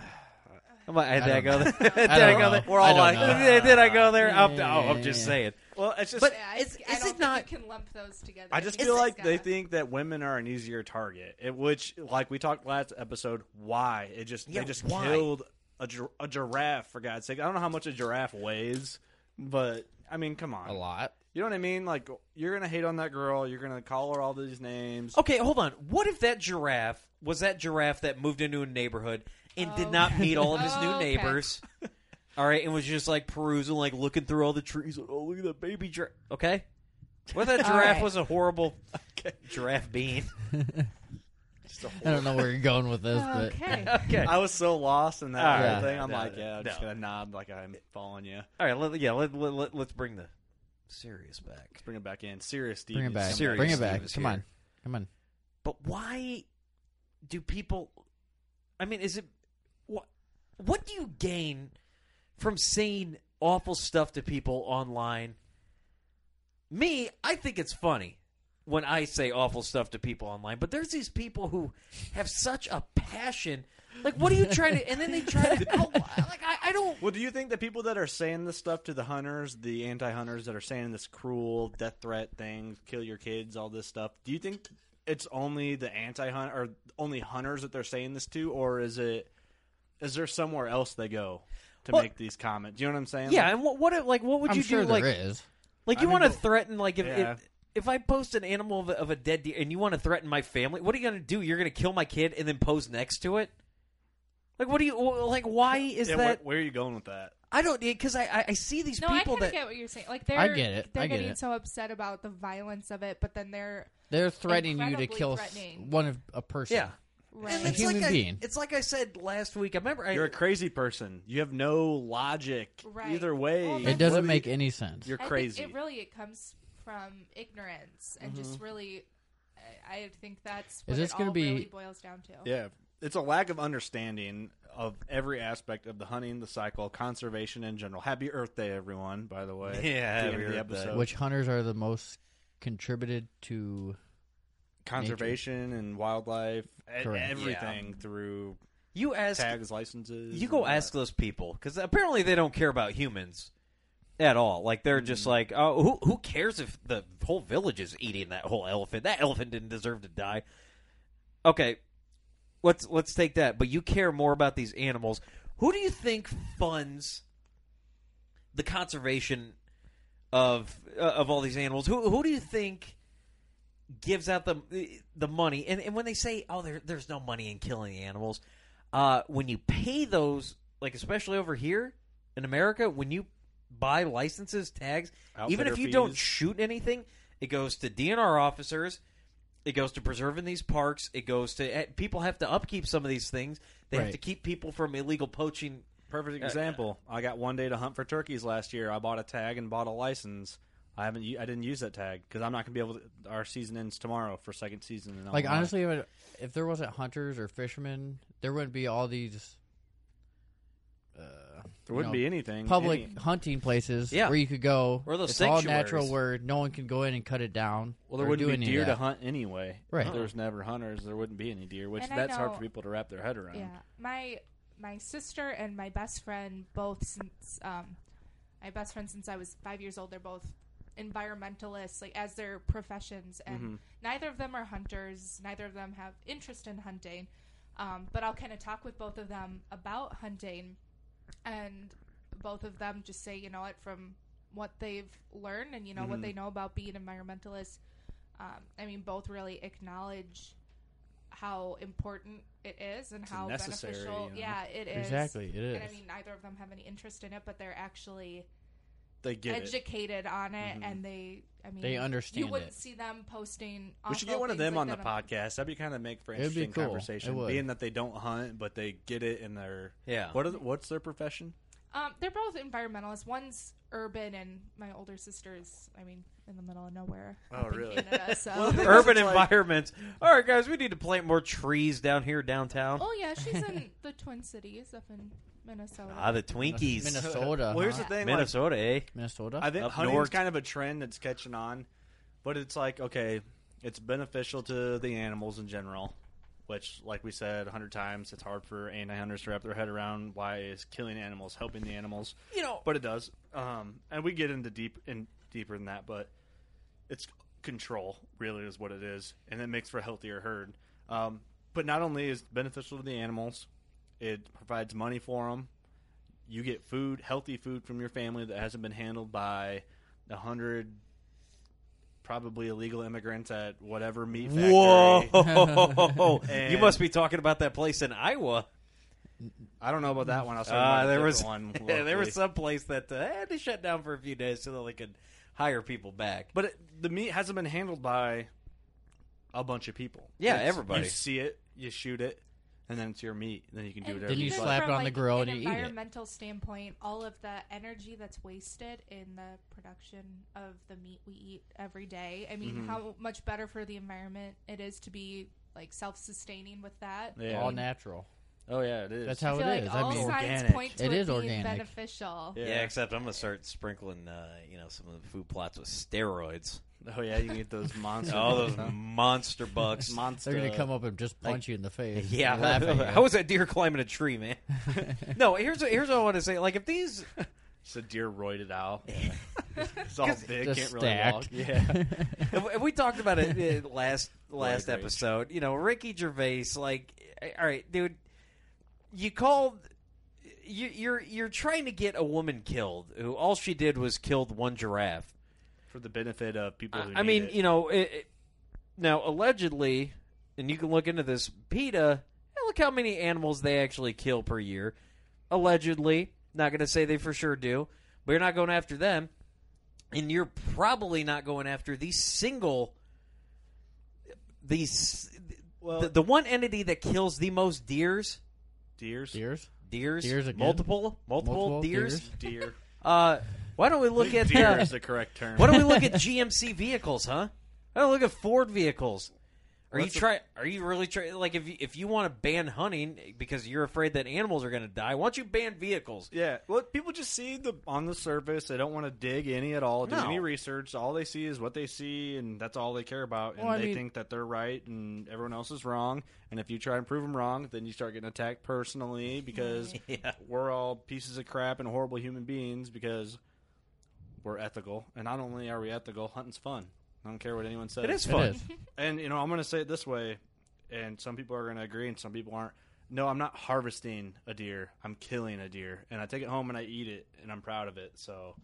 [SPEAKER 2] Am I, did I,
[SPEAKER 4] don't
[SPEAKER 2] go
[SPEAKER 4] know.
[SPEAKER 2] there? did
[SPEAKER 4] don't
[SPEAKER 2] I go
[SPEAKER 4] know.
[SPEAKER 2] there?
[SPEAKER 4] We're all I don't like,
[SPEAKER 3] know.
[SPEAKER 2] did I go there? I'm,
[SPEAKER 4] Yeah,
[SPEAKER 2] oh, I'm
[SPEAKER 4] yeah,
[SPEAKER 2] just
[SPEAKER 4] yeah.
[SPEAKER 2] saying.
[SPEAKER 3] Well, it's just.
[SPEAKER 2] But
[SPEAKER 5] I,
[SPEAKER 2] is,
[SPEAKER 5] I
[SPEAKER 2] is
[SPEAKER 5] don't
[SPEAKER 2] it not?
[SPEAKER 5] think you can lump those together.
[SPEAKER 3] I just
[SPEAKER 5] think
[SPEAKER 3] feel
[SPEAKER 5] it's
[SPEAKER 3] like
[SPEAKER 5] gotta-
[SPEAKER 3] they think that women are an easier target, it, which, like we talked last episode, why it just
[SPEAKER 2] Yeah,
[SPEAKER 3] they just
[SPEAKER 2] why?
[SPEAKER 3] killed a, gir- a giraffe for God's sake. I don't know how much a giraffe weighs, but I mean, come on,
[SPEAKER 4] A lot.
[SPEAKER 3] You know what I mean? Like you're gonna hate on that girl. You're gonna call her all these names.
[SPEAKER 2] Okay, hold on. What if that giraffe was that giraffe that moved into a neighborhood and did not
[SPEAKER 5] Okay.
[SPEAKER 2] meet all of his new
[SPEAKER 5] Oh. Okay.
[SPEAKER 2] neighbors? All right, and was just like perusing, like looking through all the trees. Like, oh, look at that baby giraffe. Okay, what if that
[SPEAKER 5] All
[SPEAKER 2] giraffe
[SPEAKER 5] right.
[SPEAKER 2] was a horrible giraffe being?
[SPEAKER 4] I don't know where you're going with this, but
[SPEAKER 5] Oh, Okay.
[SPEAKER 2] Okay,
[SPEAKER 3] I was so lost in that
[SPEAKER 2] All
[SPEAKER 3] whole
[SPEAKER 4] right.
[SPEAKER 3] thing. I'm
[SPEAKER 2] No,
[SPEAKER 3] like, yeah, I'm just
[SPEAKER 2] no.
[SPEAKER 3] gonna nod like I'm following you.
[SPEAKER 2] all right. Let, yeah, let, let, let, let's bring the serious back.
[SPEAKER 3] Bring it back in, serious. Steve
[SPEAKER 4] bring it
[SPEAKER 3] is
[SPEAKER 4] back.
[SPEAKER 3] coming
[SPEAKER 2] Serious
[SPEAKER 4] Bring it
[SPEAKER 2] Steve
[SPEAKER 4] back.
[SPEAKER 2] is
[SPEAKER 4] Come
[SPEAKER 2] here.
[SPEAKER 4] on. Come on.
[SPEAKER 2] But why do people? I mean, is it what? What do you gain from saying awful stuff to people online? Me, I think it's funny when I say awful stuff to people online, but there's these people who have such a passion. Like, what are you trying to? And then they try to. out- like, I, I don't.
[SPEAKER 3] Well, do you think the people that are saying this stuff to the hunters, the anti-hunters that are saying this cruel death threat thing, kill your kids, all this stuff, do you think it's only the anti-hunter or only hunters that they're saying this to, or is it is there somewhere else they go to
[SPEAKER 2] Well-
[SPEAKER 3] make these comments? Do you know what I'm saying?
[SPEAKER 2] Yeah,
[SPEAKER 3] Like,
[SPEAKER 2] and what, what if- like what would
[SPEAKER 4] I'm
[SPEAKER 2] you
[SPEAKER 4] sure
[SPEAKER 2] do?
[SPEAKER 4] there is.
[SPEAKER 2] Like, like
[SPEAKER 3] I
[SPEAKER 2] you
[SPEAKER 3] mean,
[SPEAKER 2] want to
[SPEAKER 3] but-
[SPEAKER 2] threaten? Like if,
[SPEAKER 3] Yeah.
[SPEAKER 2] if if I post an animal of a, of a dead deer and you want to threaten my family, what are you going to do? You're going to kill my kid and then pose next to it? Like what do you like? Why is
[SPEAKER 3] yeah, where,
[SPEAKER 2] that?
[SPEAKER 3] where are you going with that?
[SPEAKER 2] I don't because I, I I see these
[SPEAKER 5] No, I
[SPEAKER 2] people
[SPEAKER 5] kind of
[SPEAKER 2] that
[SPEAKER 5] get what you're saying. Like they're,
[SPEAKER 4] I get it.
[SPEAKER 5] They're
[SPEAKER 4] I get
[SPEAKER 5] getting
[SPEAKER 4] it.
[SPEAKER 5] so upset about the violence of it, but then they're
[SPEAKER 4] They're threatening you to
[SPEAKER 5] Incredibly
[SPEAKER 4] kill s-
[SPEAKER 5] threatening.
[SPEAKER 4] one of a person.
[SPEAKER 2] yeah.
[SPEAKER 5] right.
[SPEAKER 2] And it's
[SPEAKER 4] human
[SPEAKER 2] like
[SPEAKER 4] being.
[SPEAKER 2] I, it's like I said last week. I remember I,
[SPEAKER 3] You're a crazy person. You have no logic
[SPEAKER 5] Right.
[SPEAKER 3] either way.
[SPEAKER 5] Well,
[SPEAKER 4] It
[SPEAKER 5] that's-
[SPEAKER 4] doesn't
[SPEAKER 3] What
[SPEAKER 4] make
[SPEAKER 3] do you-
[SPEAKER 4] any sense.
[SPEAKER 3] You're
[SPEAKER 5] I think
[SPEAKER 3] crazy.
[SPEAKER 5] it really it comes from ignorance and just really. I, I think that's what
[SPEAKER 4] Mm-hmm. this
[SPEAKER 5] it
[SPEAKER 4] gonna
[SPEAKER 5] all
[SPEAKER 4] be-
[SPEAKER 5] really boils down to.
[SPEAKER 3] Yeah, it's a lack of understanding of every aspect of the hunting, the cycle, conservation in general. Happy Earth Day, everyone! By the way,
[SPEAKER 2] Yeah,
[SPEAKER 3] At the
[SPEAKER 2] happy
[SPEAKER 3] end of the
[SPEAKER 2] Earth Day.
[SPEAKER 3] episode.
[SPEAKER 4] Which hunters are the most contributed to?
[SPEAKER 3] conservation and wildlife, e-
[SPEAKER 4] Correct.
[SPEAKER 3] everything through
[SPEAKER 2] you ask
[SPEAKER 3] tags, licenses.
[SPEAKER 2] you
[SPEAKER 3] and uh,
[SPEAKER 2] go
[SPEAKER 3] all
[SPEAKER 2] ask
[SPEAKER 3] that.
[SPEAKER 2] those people because apparently they don't care about humans at all. Like they're just like, oh, who who cares if the whole village is eating that whole elephant? That elephant didn't deserve to die. Okay, let's let's take that. But you care more about these animals. Who do you think funds the conservation of uh, of all these animals? Who who do you think? gives out the the money and, and when they say oh there, there's no money in killing the animals uh, when you pay those like especially over here in america when you buy licenses tags even
[SPEAKER 3] Outfitter
[SPEAKER 2] if you don't
[SPEAKER 3] fees.
[SPEAKER 2] shoot anything it goes to dnr officers it goes to preserving these parks it goes to eh, people have to upkeep some of these things they have
[SPEAKER 4] Right.
[SPEAKER 2] to keep people from illegal poaching
[SPEAKER 3] Perfect example. I got one day to hunt for turkeys last year. I bought a tag and bought a license. I haven't. u- I didn't use that tag because I'm not going to be able. to Our season ends tomorrow for second season. In
[SPEAKER 4] Like
[SPEAKER 3] Illinois.
[SPEAKER 4] honestly, if, it- if there wasn't hunters or fishermen, there wouldn't be all these
[SPEAKER 3] there wouldn't
[SPEAKER 4] you know,
[SPEAKER 3] be anything.
[SPEAKER 4] public
[SPEAKER 3] any-
[SPEAKER 4] hunting places
[SPEAKER 2] Yeah.
[SPEAKER 4] where you could go.
[SPEAKER 2] Or those
[SPEAKER 4] it's all natural
[SPEAKER 2] sanctuaries.
[SPEAKER 4] where no one can go in and cut it down.
[SPEAKER 3] Well, there
[SPEAKER 4] or do
[SPEAKER 3] wouldn't be
[SPEAKER 4] any of
[SPEAKER 3] deer to
[SPEAKER 4] that.
[SPEAKER 3] hunt anyway.
[SPEAKER 4] Right.
[SPEAKER 3] If there's never hunters, there wouldn't be any deer, which
[SPEAKER 5] And I
[SPEAKER 3] that's hard
[SPEAKER 5] know-
[SPEAKER 3] for people to wrap their head around.
[SPEAKER 5] Yeah, my my sister and my best friend both since um, my best friend since I was five years old. They're both environmentalists, like as their professions, and neither of them are hunters. Neither of them have interest in hunting. Um, but I'll kind of talk with both of them about hunting, and both of them just say, you know what, from what they've learned and you know what they know about being environmentalists. Um, I mean, both really acknowledge how important it is and how
[SPEAKER 3] necessary,
[SPEAKER 5] beneficial.
[SPEAKER 3] you know?
[SPEAKER 5] Yeah, it is
[SPEAKER 4] Exactly, it
[SPEAKER 5] And I
[SPEAKER 4] is.
[SPEAKER 5] mean, neither of them have any interest in it, but they're actually
[SPEAKER 3] They get it. Mm-hmm.
[SPEAKER 5] educated on it, and they. I mean,
[SPEAKER 4] They understand
[SPEAKER 5] You wouldn't
[SPEAKER 4] it.
[SPEAKER 5] see them posting.
[SPEAKER 3] We should
[SPEAKER 5] awful
[SPEAKER 3] get one of
[SPEAKER 5] things
[SPEAKER 3] them
[SPEAKER 5] like
[SPEAKER 3] on the
[SPEAKER 5] that
[SPEAKER 3] podcast. That'd be kind of make for
[SPEAKER 4] It'd be
[SPEAKER 3] interesting
[SPEAKER 4] cool. It
[SPEAKER 3] conversation.
[SPEAKER 4] would.
[SPEAKER 3] Being that they don't hunt, but they get it in their
[SPEAKER 2] Yeah.
[SPEAKER 3] What are the, what's their profession?
[SPEAKER 5] Um, they're both environmentalists. One's urban, and my older sister's. I mean, in the middle of nowhere.
[SPEAKER 3] Oh,
[SPEAKER 5] up in
[SPEAKER 3] really?
[SPEAKER 5] Canada, so.
[SPEAKER 2] urban environments all right guys we need to plant more trees down here downtown
[SPEAKER 5] oh yeah, she's in the Twin Cities, up in Minnesota.
[SPEAKER 2] ah the twinkies
[SPEAKER 4] Minnesota.
[SPEAKER 3] well, here's
[SPEAKER 4] huh?
[SPEAKER 3] the thing. Like,
[SPEAKER 2] minnesota eh
[SPEAKER 4] Minnesota.
[SPEAKER 3] I think
[SPEAKER 2] Up
[SPEAKER 3] hunting's
[SPEAKER 2] north.
[SPEAKER 3] kind of a trend that's catching on, but it's like okay, it's beneficial to the animals in general, which, like we said a hundred times, it's hard for anti-hunters to wrap their head around. Why is killing animals helping the animals?
[SPEAKER 2] you know
[SPEAKER 3] but it does. Um, and we get into deep and deeper than that, but it's control really is what it is, and it makes for a healthier herd. Um, but not only is it beneficial to the animals, it provides money for them. You get food, healthy food from your family that hasn't been handled by a hundred probably illegal immigrants at whatever meat factory.
[SPEAKER 2] Whoa! you
[SPEAKER 3] And-
[SPEAKER 2] must be talking about that place in Iowa.
[SPEAKER 3] I don't know about that one. I was talking about
[SPEAKER 2] Uh,
[SPEAKER 3] a
[SPEAKER 2] there
[SPEAKER 3] different
[SPEAKER 2] was
[SPEAKER 3] one.
[SPEAKER 2] there
[SPEAKER 3] locally.
[SPEAKER 2] was some place that uh, eh, they shut down for a few days so that they could hire people back.
[SPEAKER 3] But it, the meat hasn't been handled by a bunch of people.
[SPEAKER 2] Yeah,
[SPEAKER 3] It's-
[SPEAKER 2] everybody.
[SPEAKER 3] You see it, you shoot it, and then it's your meat. And then you can do
[SPEAKER 5] And
[SPEAKER 3] whatever
[SPEAKER 4] Then
[SPEAKER 3] you
[SPEAKER 4] you
[SPEAKER 5] even
[SPEAKER 3] like.
[SPEAKER 4] slap it
[SPEAKER 5] from,
[SPEAKER 4] on the
[SPEAKER 5] like,
[SPEAKER 4] grill
[SPEAKER 5] an
[SPEAKER 4] and you eat it.
[SPEAKER 5] Environmental standpoint, all of the energy that's wasted in the production of the meat we eat every day. I mean,
[SPEAKER 3] Mm-hmm.
[SPEAKER 5] how much better for the environment it is to be like self-sustaining with that.
[SPEAKER 3] Yeah.
[SPEAKER 4] All natural.
[SPEAKER 3] Oh yeah, it is.
[SPEAKER 4] That's
[SPEAKER 5] I
[SPEAKER 4] how
[SPEAKER 5] feel
[SPEAKER 4] it
[SPEAKER 5] like
[SPEAKER 4] is.
[SPEAKER 5] all
[SPEAKER 4] I mean,
[SPEAKER 5] signs
[SPEAKER 3] Organic.
[SPEAKER 5] point to
[SPEAKER 4] It
[SPEAKER 5] it,
[SPEAKER 4] is
[SPEAKER 5] being
[SPEAKER 4] organic.
[SPEAKER 5] beneficial.
[SPEAKER 3] Yeah.
[SPEAKER 2] Yeah, except I'm gonna start sprinkling, uh, you know, some of the food plots with steroids.
[SPEAKER 3] oh yeah, you can eat those monster.
[SPEAKER 2] All those
[SPEAKER 3] bugs, huh?
[SPEAKER 2] monster bucks.
[SPEAKER 3] monster.
[SPEAKER 4] They're gonna come up and just punch you in the face.
[SPEAKER 2] Yeah,
[SPEAKER 4] and laugh at you.
[SPEAKER 2] how was that deer climbing a tree, man? no, here's what, here's what I want to say. Like, if these,
[SPEAKER 3] It's a deer roided owl. it's all big,
[SPEAKER 4] Just
[SPEAKER 3] can't really walk.
[SPEAKER 4] stacked.
[SPEAKER 3] Yeah.
[SPEAKER 2] if, if we talked about it uh, last last
[SPEAKER 3] Wide range.
[SPEAKER 2] episode, you know, Ricky Gervais, like, eh, all right, dude, you called. You, you're you're trying to get a woman killed who all she did was killed one giraffe.
[SPEAKER 3] For the benefit of people who
[SPEAKER 2] I I
[SPEAKER 3] need
[SPEAKER 2] mean,
[SPEAKER 3] it.
[SPEAKER 2] you know, it, it- now allegedly, and you can look into this. PETA, eh, look how many animals they actually kill per year. Allegedly, not going to say they for sure do, but you're not going after them, and you're probably not going after the single, these,
[SPEAKER 3] Well-
[SPEAKER 2] the, the one entity that kills the most deers,
[SPEAKER 3] deers.
[SPEAKER 4] Deers?
[SPEAKER 2] deers,
[SPEAKER 4] Deers again?
[SPEAKER 2] multiple, multiple,
[SPEAKER 4] Multiple
[SPEAKER 2] deers.
[SPEAKER 4] deers?
[SPEAKER 3] Deer.
[SPEAKER 2] Uh, why don't we look at
[SPEAKER 3] deer
[SPEAKER 2] uh,
[SPEAKER 3] is the correct term.
[SPEAKER 2] why don't we look at GMC vehicles, huh? Why don't we look at Ford vehicles? Are
[SPEAKER 3] What's
[SPEAKER 2] you
[SPEAKER 3] the-
[SPEAKER 2] try? Are you really try? Like, if you, if you want to ban hunting because you're afraid that animals are going to die, why don't you ban vehicles?
[SPEAKER 3] Yeah, well, people just see the on the surface. They don't want to dig any at all, do
[SPEAKER 2] No.
[SPEAKER 3] any research. All they see is what they see, and that's all they care about. And
[SPEAKER 4] Well, I
[SPEAKER 3] they
[SPEAKER 4] mean-
[SPEAKER 3] think that they're right, and everyone else is wrong. And if you try and prove them wrong, then you start getting attacked personally because we're all pieces of crap and horrible human beings because we're ethical. And not only are we ethical, hunting's fun. I don't care what anyone says.
[SPEAKER 2] It is
[SPEAKER 4] It
[SPEAKER 2] fun.
[SPEAKER 4] is.
[SPEAKER 3] And you know, I'm going to say it this way, and some people are going to agree, and some people aren't. No, I'm not harvesting a deer. I'm killing a deer, and I take it home and I eat it, and I'm proud of it. So,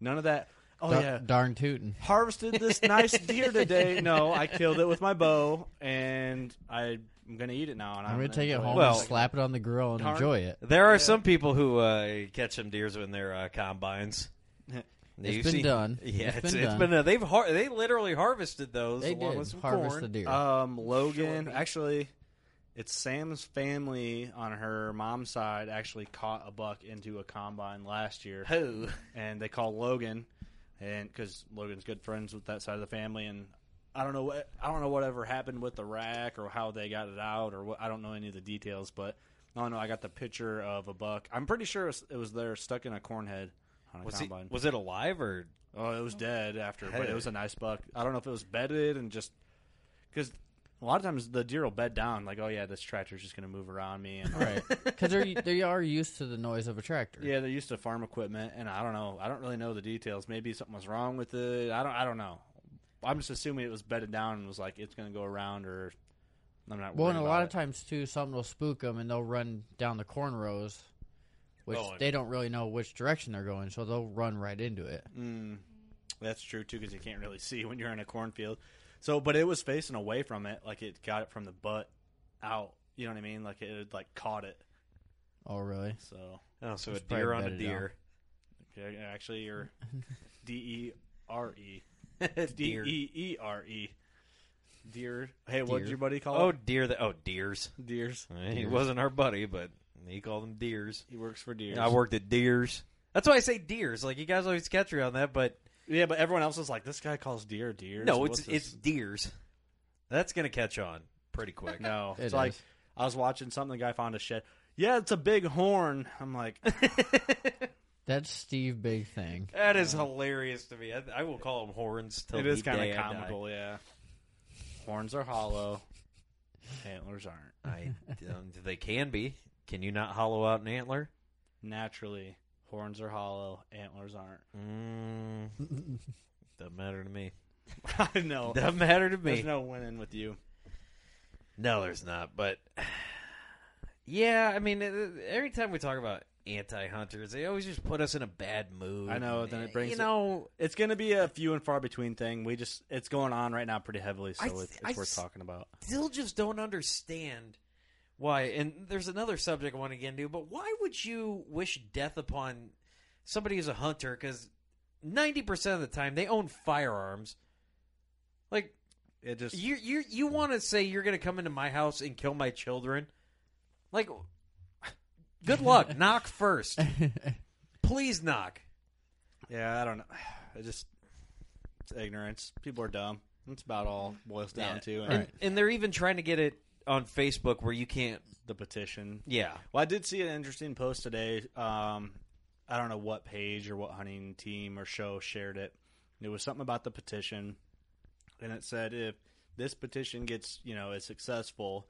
[SPEAKER 3] none of that. Oh
[SPEAKER 4] Dar-
[SPEAKER 3] yeah,
[SPEAKER 4] Darn tootin'.
[SPEAKER 3] harvested this nice deer today. No, I killed it with my bow, and I'm going to eat it now. And I'm,
[SPEAKER 4] I'm gonna take it
[SPEAKER 3] enjoy
[SPEAKER 4] home
[SPEAKER 2] Well-
[SPEAKER 4] and slap it on the grill and
[SPEAKER 3] Darn.
[SPEAKER 4] enjoy it.
[SPEAKER 2] There are some people who uh, catch some deers in their uh, combines. It's
[SPEAKER 4] been done.
[SPEAKER 2] Yeah,
[SPEAKER 4] It's
[SPEAKER 2] it's,
[SPEAKER 4] been
[SPEAKER 2] it's
[SPEAKER 4] done.
[SPEAKER 2] been done. They've har- they literally harvested those
[SPEAKER 4] They
[SPEAKER 2] along
[SPEAKER 4] did
[SPEAKER 2] with some
[SPEAKER 4] harvest
[SPEAKER 2] corn.
[SPEAKER 4] the deer.
[SPEAKER 3] Um, Logan,
[SPEAKER 2] Sure.
[SPEAKER 3] actually, it's Sam's family on her mom's side actually caught a buck into a combine last year.
[SPEAKER 2] Who?
[SPEAKER 3] and they call Logan, and because Logan's good friends with that side of the family, and I don't know what I don't know whatever happened with the rack or how they got it out or what I don't know any of the details, but I don't know. I got the picture of a buck. I'm pretty sure it was, it was there stuck in a corn head on a
[SPEAKER 2] Was, he,
[SPEAKER 3] combine.
[SPEAKER 2] was it alive or
[SPEAKER 3] oh, it was dead after, but
[SPEAKER 2] Hey.
[SPEAKER 3] it was a nice buck. I don't know if it was bedded and just because. A lot of times the deer will bed down, like, oh yeah, this tractor's just gonna move around me, and
[SPEAKER 4] Right. Because they're they are used to the noise of a tractor.
[SPEAKER 3] Yeah, they're used to farm equipment, and I don't know. I don't really know the details. Maybe something was wrong with it. I don't. I don't know. I'm just assuming it was bedded down and was like it's going to go around, or I'm not.
[SPEAKER 4] Well,
[SPEAKER 3] worried
[SPEAKER 4] and a
[SPEAKER 3] about
[SPEAKER 4] lot of
[SPEAKER 3] it.
[SPEAKER 4] times too, something will spook them, and they'll run down the corn rows, which
[SPEAKER 2] Oh, and-
[SPEAKER 4] they don't really know which direction they're going, so they'll run right into it.
[SPEAKER 3] Mm. That's true too, because you can't really see when you're in a cornfield. So, but it was facing away from it, like it got it from the butt out. You know what I mean? Like it had, like caught it.
[SPEAKER 4] Oh, really?
[SPEAKER 3] So
[SPEAKER 2] oh, so a
[SPEAKER 4] It's
[SPEAKER 2] deer
[SPEAKER 4] probably
[SPEAKER 2] on a
[SPEAKER 4] bedded down.
[SPEAKER 2] deer?
[SPEAKER 3] okay, actually, you're D E R E D
[SPEAKER 2] deer.
[SPEAKER 3] E E R E. Deer. Hey, what did
[SPEAKER 4] Deer.
[SPEAKER 3] your buddy call
[SPEAKER 2] Oh
[SPEAKER 3] it?
[SPEAKER 2] deer! That oh deers.
[SPEAKER 3] Deers.
[SPEAKER 2] He wasn't our buddy, but he called them deers.
[SPEAKER 3] He works for deers.
[SPEAKER 2] I worked at Deers. That's why I say Deers. Like you guys always catch me on that, but
[SPEAKER 3] Yeah, but everyone else is like, this guy calls deer deer.
[SPEAKER 2] no, it's it's Deers. That's gonna catch on pretty quick.
[SPEAKER 3] no.
[SPEAKER 4] It
[SPEAKER 3] it's like
[SPEAKER 4] is.
[SPEAKER 3] I was watching something. The guy found a shed. Yeah, it's a big horn. I'm like,
[SPEAKER 4] That's Steve Big Thing.
[SPEAKER 2] that is hilarious to me. I, I will call them horns till
[SPEAKER 3] it is
[SPEAKER 2] kind of
[SPEAKER 3] comical. Yeah, horns are hollow. Antlers aren't
[SPEAKER 2] I, um, they can be. Can you not hollow out an antler?
[SPEAKER 3] naturally. Horns are hollow. Antlers aren't.
[SPEAKER 2] Mm, doesn't matter to me.
[SPEAKER 3] I know.
[SPEAKER 2] Doesn't matter to
[SPEAKER 3] There's
[SPEAKER 2] me.
[SPEAKER 3] no winning with you.
[SPEAKER 2] No, there's not. But yeah, I mean, it- every time we talk about anti-hunters, they always just put us in a bad mood. Eh,
[SPEAKER 3] I know, then it brings
[SPEAKER 2] you
[SPEAKER 3] it-
[SPEAKER 2] know.
[SPEAKER 3] It's going to be a few and far between thing. We just it's going on right now pretty heavily, so
[SPEAKER 2] I-
[SPEAKER 3] it's, it's
[SPEAKER 2] I
[SPEAKER 3] worth
[SPEAKER 2] s-
[SPEAKER 3] talking about.
[SPEAKER 2] Still, just don't understand why. And there's another subject I want to get into, but why would you wish death upon somebody who's a hunter? Because ninety percent of the time they own firearms. Like
[SPEAKER 3] It just
[SPEAKER 2] you, you, you want to say you're going to come into my house and kill my children? Like, good luck. knock first. Please knock.
[SPEAKER 3] Yeah, I don't know. I just it's ignorance. People are dumb. That's about all it boils down
[SPEAKER 2] Yeah.
[SPEAKER 3] to. And
[SPEAKER 2] And, and they're even trying to get it on Facebook where you can't.
[SPEAKER 3] the petition.
[SPEAKER 2] Yeah.
[SPEAKER 3] Well, I did see an interesting post today. Um, I don't know what page or what hunting team or show shared it. It was something about the petition, and it said if this petition gets you know is successful,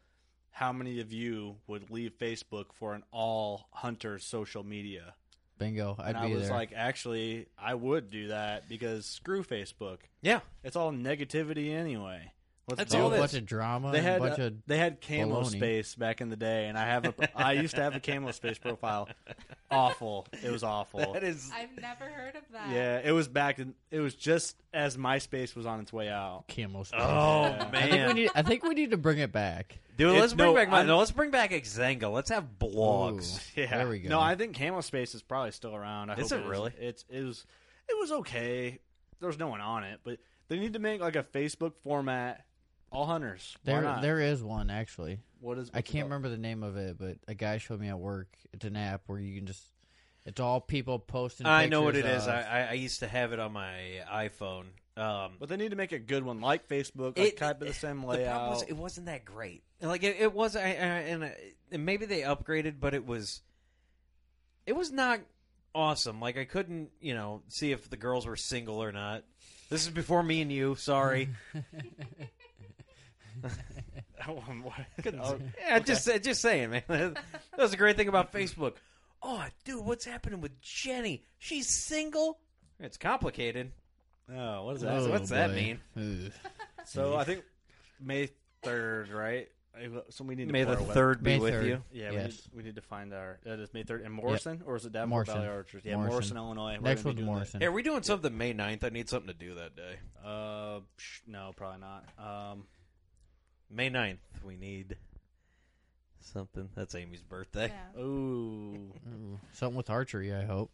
[SPEAKER 3] how many of you would leave Facebook for an all hunter social media?
[SPEAKER 4] Bingo. I'd
[SPEAKER 3] And
[SPEAKER 4] be
[SPEAKER 3] I was
[SPEAKER 4] there.
[SPEAKER 3] like, actually, I would do that because screw Facebook.
[SPEAKER 2] Yeah.
[SPEAKER 3] It's all negativity anyway. Let's
[SPEAKER 2] That's
[SPEAKER 4] It's all
[SPEAKER 2] all
[SPEAKER 4] a
[SPEAKER 2] this.
[SPEAKER 4] bunch of drama.
[SPEAKER 3] they
[SPEAKER 4] and
[SPEAKER 3] had
[SPEAKER 4] a bunch
[SPEAKER 3] uh,
[SPEAKER 4] of
[SPEAKER 3] they had camo
[SPEAKER 4] baloney.
[SPEAKER 3] space back in the day, and I have a I used to have a camo space profile. Awful, it was awful.
[SPEAKER 2] That is.
[SPEAKER 5] I've never heard of that.
[SPEAKER 3] Yeah, it was back. In, it was just as MySpace was on its way out.
[SPEAKER 4] camo space.
[SPEAKER 2] Oh
[SPEAKER 4] I think we
[SPEAKER 2] man,
[SPEAKER 4] need. I think we need to bring it back.
[SPEAKER 2] dude!
[SPEAKER 3] It-
[SPEAKER 2] Let's bring
[SPEAKER 3] no,
[SPEAKER 2] back my,
[SPEAKER 3] I'm-
[SPEAKER 2] no. Let's bring back Xanga. Let's have blogs.
[SPEAKER 4] Ooh,
[SPEAKER 3] Yeah,
[SPEAKER 4] There we go.
[SPEAKER 3] No, I think camo space is probably still around. I
[SPEAKER 2] Is
[SPEAKER 3] hope
[SPEAKER 2] it really?
[SPEAKER 3] It's it was it was okay. There was no one on it, but they need to make like a Facebook format. All hunters. Why
[SPEAKER 4] there,
[SPEAKER 3] not?
[SPEAKER 4] there is one actually.
[SPEAKER 3] What is? what's
[SPEAKER 4] I
[SPEAKER 3] it
[SPEAKER 4] can't
[SPEAKER 3] called?
[SPEAKER 4] remember the name of it, but a guy showed me at work. It's an app where you can just. It's all people posting.
[SPEAKER 2] I know what it
[SPEAKER 4] pictures
[SPEAKER 2] is.
[SPEAKER 4] of-
[SPEAKER 3] uh,
[SPEAKER 2] I, I, I used to have it on my iPhone. Um,
[SPEAKER 3] But they need to make a good one like Facebook, like
[SPEAKER 2] It-
[SPEAKER 3] type of the same
[SPEAKER 2] the problem
[SPEAKER 3] layout.
[SPEAKER 2] was it wasn't that great. Like it, it was, I, I, and, uh, and maybe they upgraded, but it was, it was not awesome. Like I couldn't, you know, see if the girls were single or not. This is before me and you. Sorry,
[SPEAKER 3] Oh,
[SPEAKER 2] yeah, just just saying, man. That was a great thing about Facebook. Oh, dude, what's happening with Jenny? She's single. It's complicated.
[SPEAKER 3] oh, what is that?
[SPEAKER 4] Oh,
[SPEAKER 2] what's that
[SPEAKER 4] boy.
[SPEAKER 2] mean?
[SPEAKER 4] Ugh.
[SPEAKER 3] So I think May third, right? I- So we need to
[SPEAKER 2] May the
[SPEAKER 3] borrow it.
[SPEAKER 2] third be
[SPEAKER 4] May
[SPEAKER 2] with
[SPEAKER 4] 3rd.
[SPEAKER 2] you.
[SPEAKER 3] Yeah, we,
[SPEAKER 4] Yes.
[SPEAKER 3] need, we need to find our. That is May third in Morrison, or is it Davenport
[SPEAKER 4] Morrison.
[SPEAKER 3] Valley Archers? Yeah,
[SPEAKER 4] Morrison.
[SPEAKER 3] Morrison, Illinois. We're gonna be
[SPEAKER 4] Next one's
[SPEAKER 3] doing that.
[SPEAKER 4] Morrison.
[SPEAKER 2] Hey, are we doing something May 9th? I need something to do that day.
[SPEAKER 3] Uh, psh, no, probably not. Um,
[SPEAKER 2] May 9th, we need something. That's Amy's birthday.
[SPEAKER 5] Yeah.
[SPEAKER 3] ooh.
[SPEAKER 4] Ooh, Something with archery. I hope.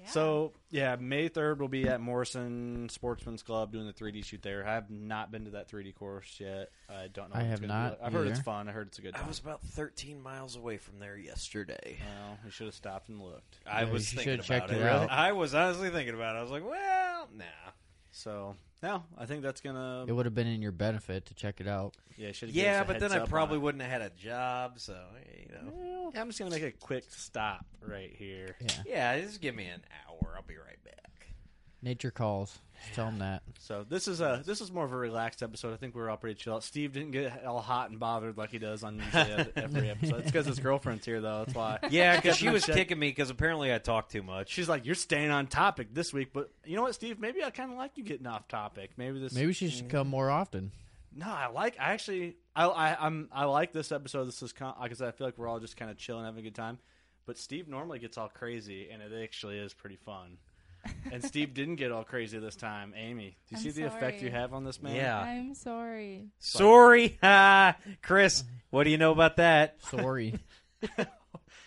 [SPEAKER 5] Yeah.
[SPEAKER 3] So yeah, May third will be at Morrison Sportsman's Club doing the 3D shoot there. I have not been to that 3D course yet. I don't know.
[SPEAKER 4] I
[SPEAKER 3] what it's gonna
[SPEAKER 4] have
[SPEAKER 3] be
[SPEAKER 4] not
[SPEAKER 3] like. I've heard it's
[SPEAKER 4] either.
[SPEAKER 3] fun. I heard it's a good.
[SPEAKER 2] I
[SPEAKER 3] Time.
[SPEAKER 2] was about 13 miles away from there yesterday.
[SPEAKER 3] Well, we should have stopped and looked.
[SPEAKER 2] I
[SPEAKER 4] Yeah,
[SPEAKER 2] was
[SPEAKER 4] you
[SPEAKER 2] thinking
[SPEAKER 4] should check
[SPEAKER 2] about
[SPEAKER 4] it
[SPEAKER 2] it.
[SPEAKER 4] out.
[SPEAKER 2] I was honestly thinking about it. I was like, well, nah.
[SPEAKER 3] So no, I think that's gonna.
[SPEAKER 4] It would have been in your benefit to check it out.
[SPEAKER 3] Yeah, should
[SPEAKER 2] Yeah, but then I probably wouldn't have had a job, so, you know.
[SPEAKER 3] I'm just gonna make a quick stop right here.
[SPEAKER 4] Yeah.
[SPEAKER 2] Yeah, just give me an hour. I'll be right back.
[SPEAKER 4] Nature calls. Just tell them that.
[SPEAKER 3] So this is a this is more of a relaxed episode. I think we were all pretty chill. Steve didn't get all hot and bothered like he does on usually ev- every episode. It's because his girlfriend's here though. That's why.
[SPEAKER 2] Yeah, because she
[SPEAKER 3] Definitely
[SPEAKER 2] was
[SPEAKER 3] check-
[SPEAKER 2] kicking me because apparently I talked too much.
[SPEAKER 3] She's like, you're staying on topic this week, but you know what, Steve? Maybe I kind of like you getting off topic. Maybe this.
[SPEAKER 4] Maybe she should come more often.
[SPEAKER 3] No, I like. I actually, I, I, I'm, I like this episode. This is because I feel like we're all just kind of chilling, having a good time. But Steve normally gets all crazy, and it actually is pretty fun. And Steve didn't get all crazy this time. Amy, do you
[SPEAKER 5] I'm
[SPEAKER 3] see the effect you
[SPEAKER 5] sorry.
[SPEAKER 3] have on this man?
[SPEAKER 2] Yeah.
[SPEAKER 5] I'm sorry.
[SPEAKER 2] Sorry. Ha. Chris, what do you know about that?
[SPEAKER 4] Sorry.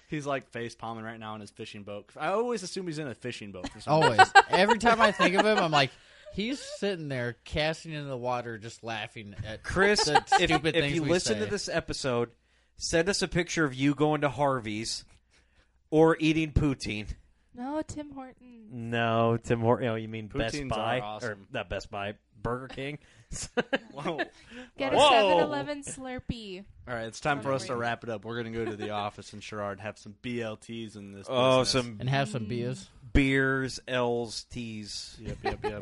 [SPEAKER 3] he's like face palming right now in his fishing boat. I always assume he's in a fishing boat. For some reason.
[SPEAKER 4] Always. Every time I think of him, I'm like, he's sitting there casting into the water, just laughing at
[SPEAKER 2] Chris,
[SPEAKER 4] the
[SPEAKER 2] if,
[SPEAKER 4] stupid
[SPEAKER 2] if
[SPEAKER 4] things
[SPEAKER 2] you
[SPEAKER 4] we
[SPEAKER 2] listen
[SPEAKER 4] say.
[SPEAKER 2] to this episode, send us a picture of you going to Harvey's or eating poutine.
[SPEAKER 5] No, Tim Horton.
[SPEAKER 2] No, Tim Horton. Oh, you mean Best
[SPEAKER 3] Poutines
[SPEAKER 2] Buy
[SPEAKER 3] are awesome.
[SPEAKER 2] or not Best Buy, Burger King?
[SPEAKER 3] Whoa.
[SPEAKER 2] Oh,
[SPEAKER 5] Get a
[SPEAKER 2] Whoa.
[SPEAKER 5] 7-Eleven Slurpee.
[SPEAKER 3] All right, it's time for us to
[SPEAKER 5] Sorry.
[SPEAKER 3] wrap it up. We're gonna go to the office in Sherrard, have some BLTs in this.
[SPEAKER 2] oh,
[SPEAKER 3] business.
[SPEAKER 2] some
[SPEAKER 4] and have some beers.
[SPEAKER 2] beers, L's, T's.
[SPEAKER 3] Yep, yep, yep.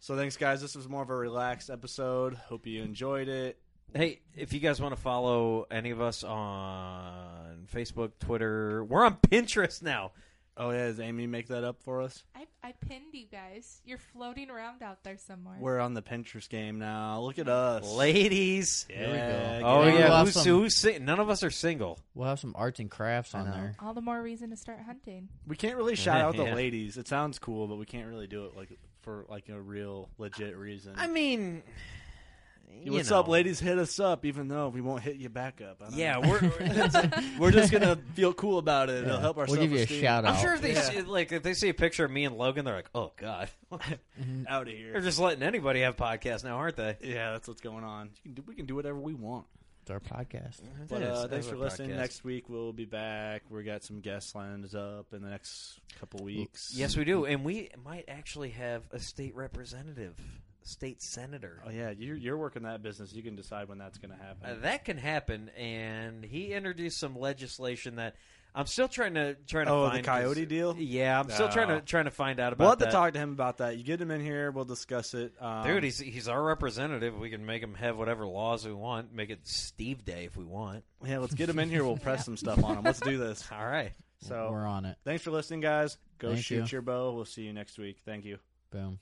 [SPEAKER 3] so thanks, guys. This was more of a relaxed episode. Hope you enjoyed it.
[SPEAKER 2] Hey, if you guys want to follow any of us on Facebook, Twitter, we're on Pinterest now.
[SPEAKER 3] Oh yeah, does Amy make that up for us?
[SPEAKER 5] I, I pinned you guys. You're floating around out there somewhere.
[SPEAKER 3] We're on the Pinterest game now. Look at us.
[SPEAKER 2] Ladies.
[SPEAKER 3] Here we go.
[SPEAKER 2] Oh,
[SPEAKER 4] Maybe we'll
[SPEAKER 2] yeah.
[SPEAKER 4] have
[SPEAKER 2] Who's,
[SPEAKER 4] some-
[SPEAKER 2] who's sing- None of us are single.
[SPEAKER 4] We'll have some arts and crafts on
[SPEAKER 3] know.
[SPEAKER 4] there.
[SPEAKER 5] All the more reason to start hunting.
[SPEAKER 3] We can't really shout out the
[SPEAKER 2] Yeah.
[SPEAKER 3] ladies. It sounds cool, but we can't really do it like for like a real legit reason.
[SPEAKER 2] I mean, you
[SPEAKER 3] What's
[SPEAKER 2] know.
[SPEAKER 3] up, ladies? Hit us up, even though we won't hit you back up. I don't
[SPEAKER 2] Yeah,
[SPEAKER 3] know.
[SPEAKER 2] we're, we're-
[SPEAKER 3] we're just gonna feel cool about it. It'll help our.
[SPEAKER 4] We'll give you a
[SPEAKER 3] self-esteem.
[SPEAKER 4] shout out.
[SPEAKER 2] I'm sure if they see, like if they see a picture of me and Logan, they're like, "Oh God,
[SPEAKER 3] out of
[SPEAKER 2] they're
[SPEAKER 3] here.
[SPEAKER 2] just letting anybody have podcasts now, aren't they?"
[SPEAKER 3] Yeah, that's what's going on. You can do, we can do whatever we want.
[SPEAKER 4] It's our podcast.
[SPEAKER 3] But
[SPEAKER 6] Yeah,
[SPEAKER 3] uh,
[SPEAKER 6] it's
[SPEAKER 3] thanks
[SPEAKER 6] our
[SPEAKER 3] for listening.
[SPEAKER 6] podcast.
[SPEAKER 3] Next week we'll be back. We got some guest lines up in the next couple weeks.
[SPEAKER 2] Yes, we do, and we might actually have a state representative, a state senator.
[SPEAKER 3] Oh yeah, you're you're working that business. You can decide when that's going to happen.
[SPEAKER 2] Uh, that can happen, and he introduced some legislation that I'm still trying to trying to
[SPEAKER 3] Oh, the
[SPEAKER 2] find 'cause-
[SPEAKER 3] coyote deal?
[SPEAKER 2] Yeah, I'm still trying
[SPEAKER 3] Oh.
[SPEAKER 2] to trying to find out about
[SPEAKER 3] we'll have
[SPEAKER 2] that.
[SPEAKER 3] to talk to him about that. You get him in here. We'll discuss it. Um,
[SPEAKER 2] Dude, he's he's our representative. We can make him have whatever laws we want. Make it Steve Day if we want.
[SPEAKER 3] yeah, let's get him in here. We'll press some stuff on him. Let's do this.
[SPEAKER 2] All right.
[SPEAKER 3] So
[SPEAKER 4] We're on it.
[SPEAKER 3] thanks for listening, guys. Go
[SPEAKER 4] Thank
[SPEAKER 3] shoot
[SPEAKER 4] you.
[SPEAKER 3] your bow. We'll see you next week. Thank you.
[SPEAKER 4] Boom.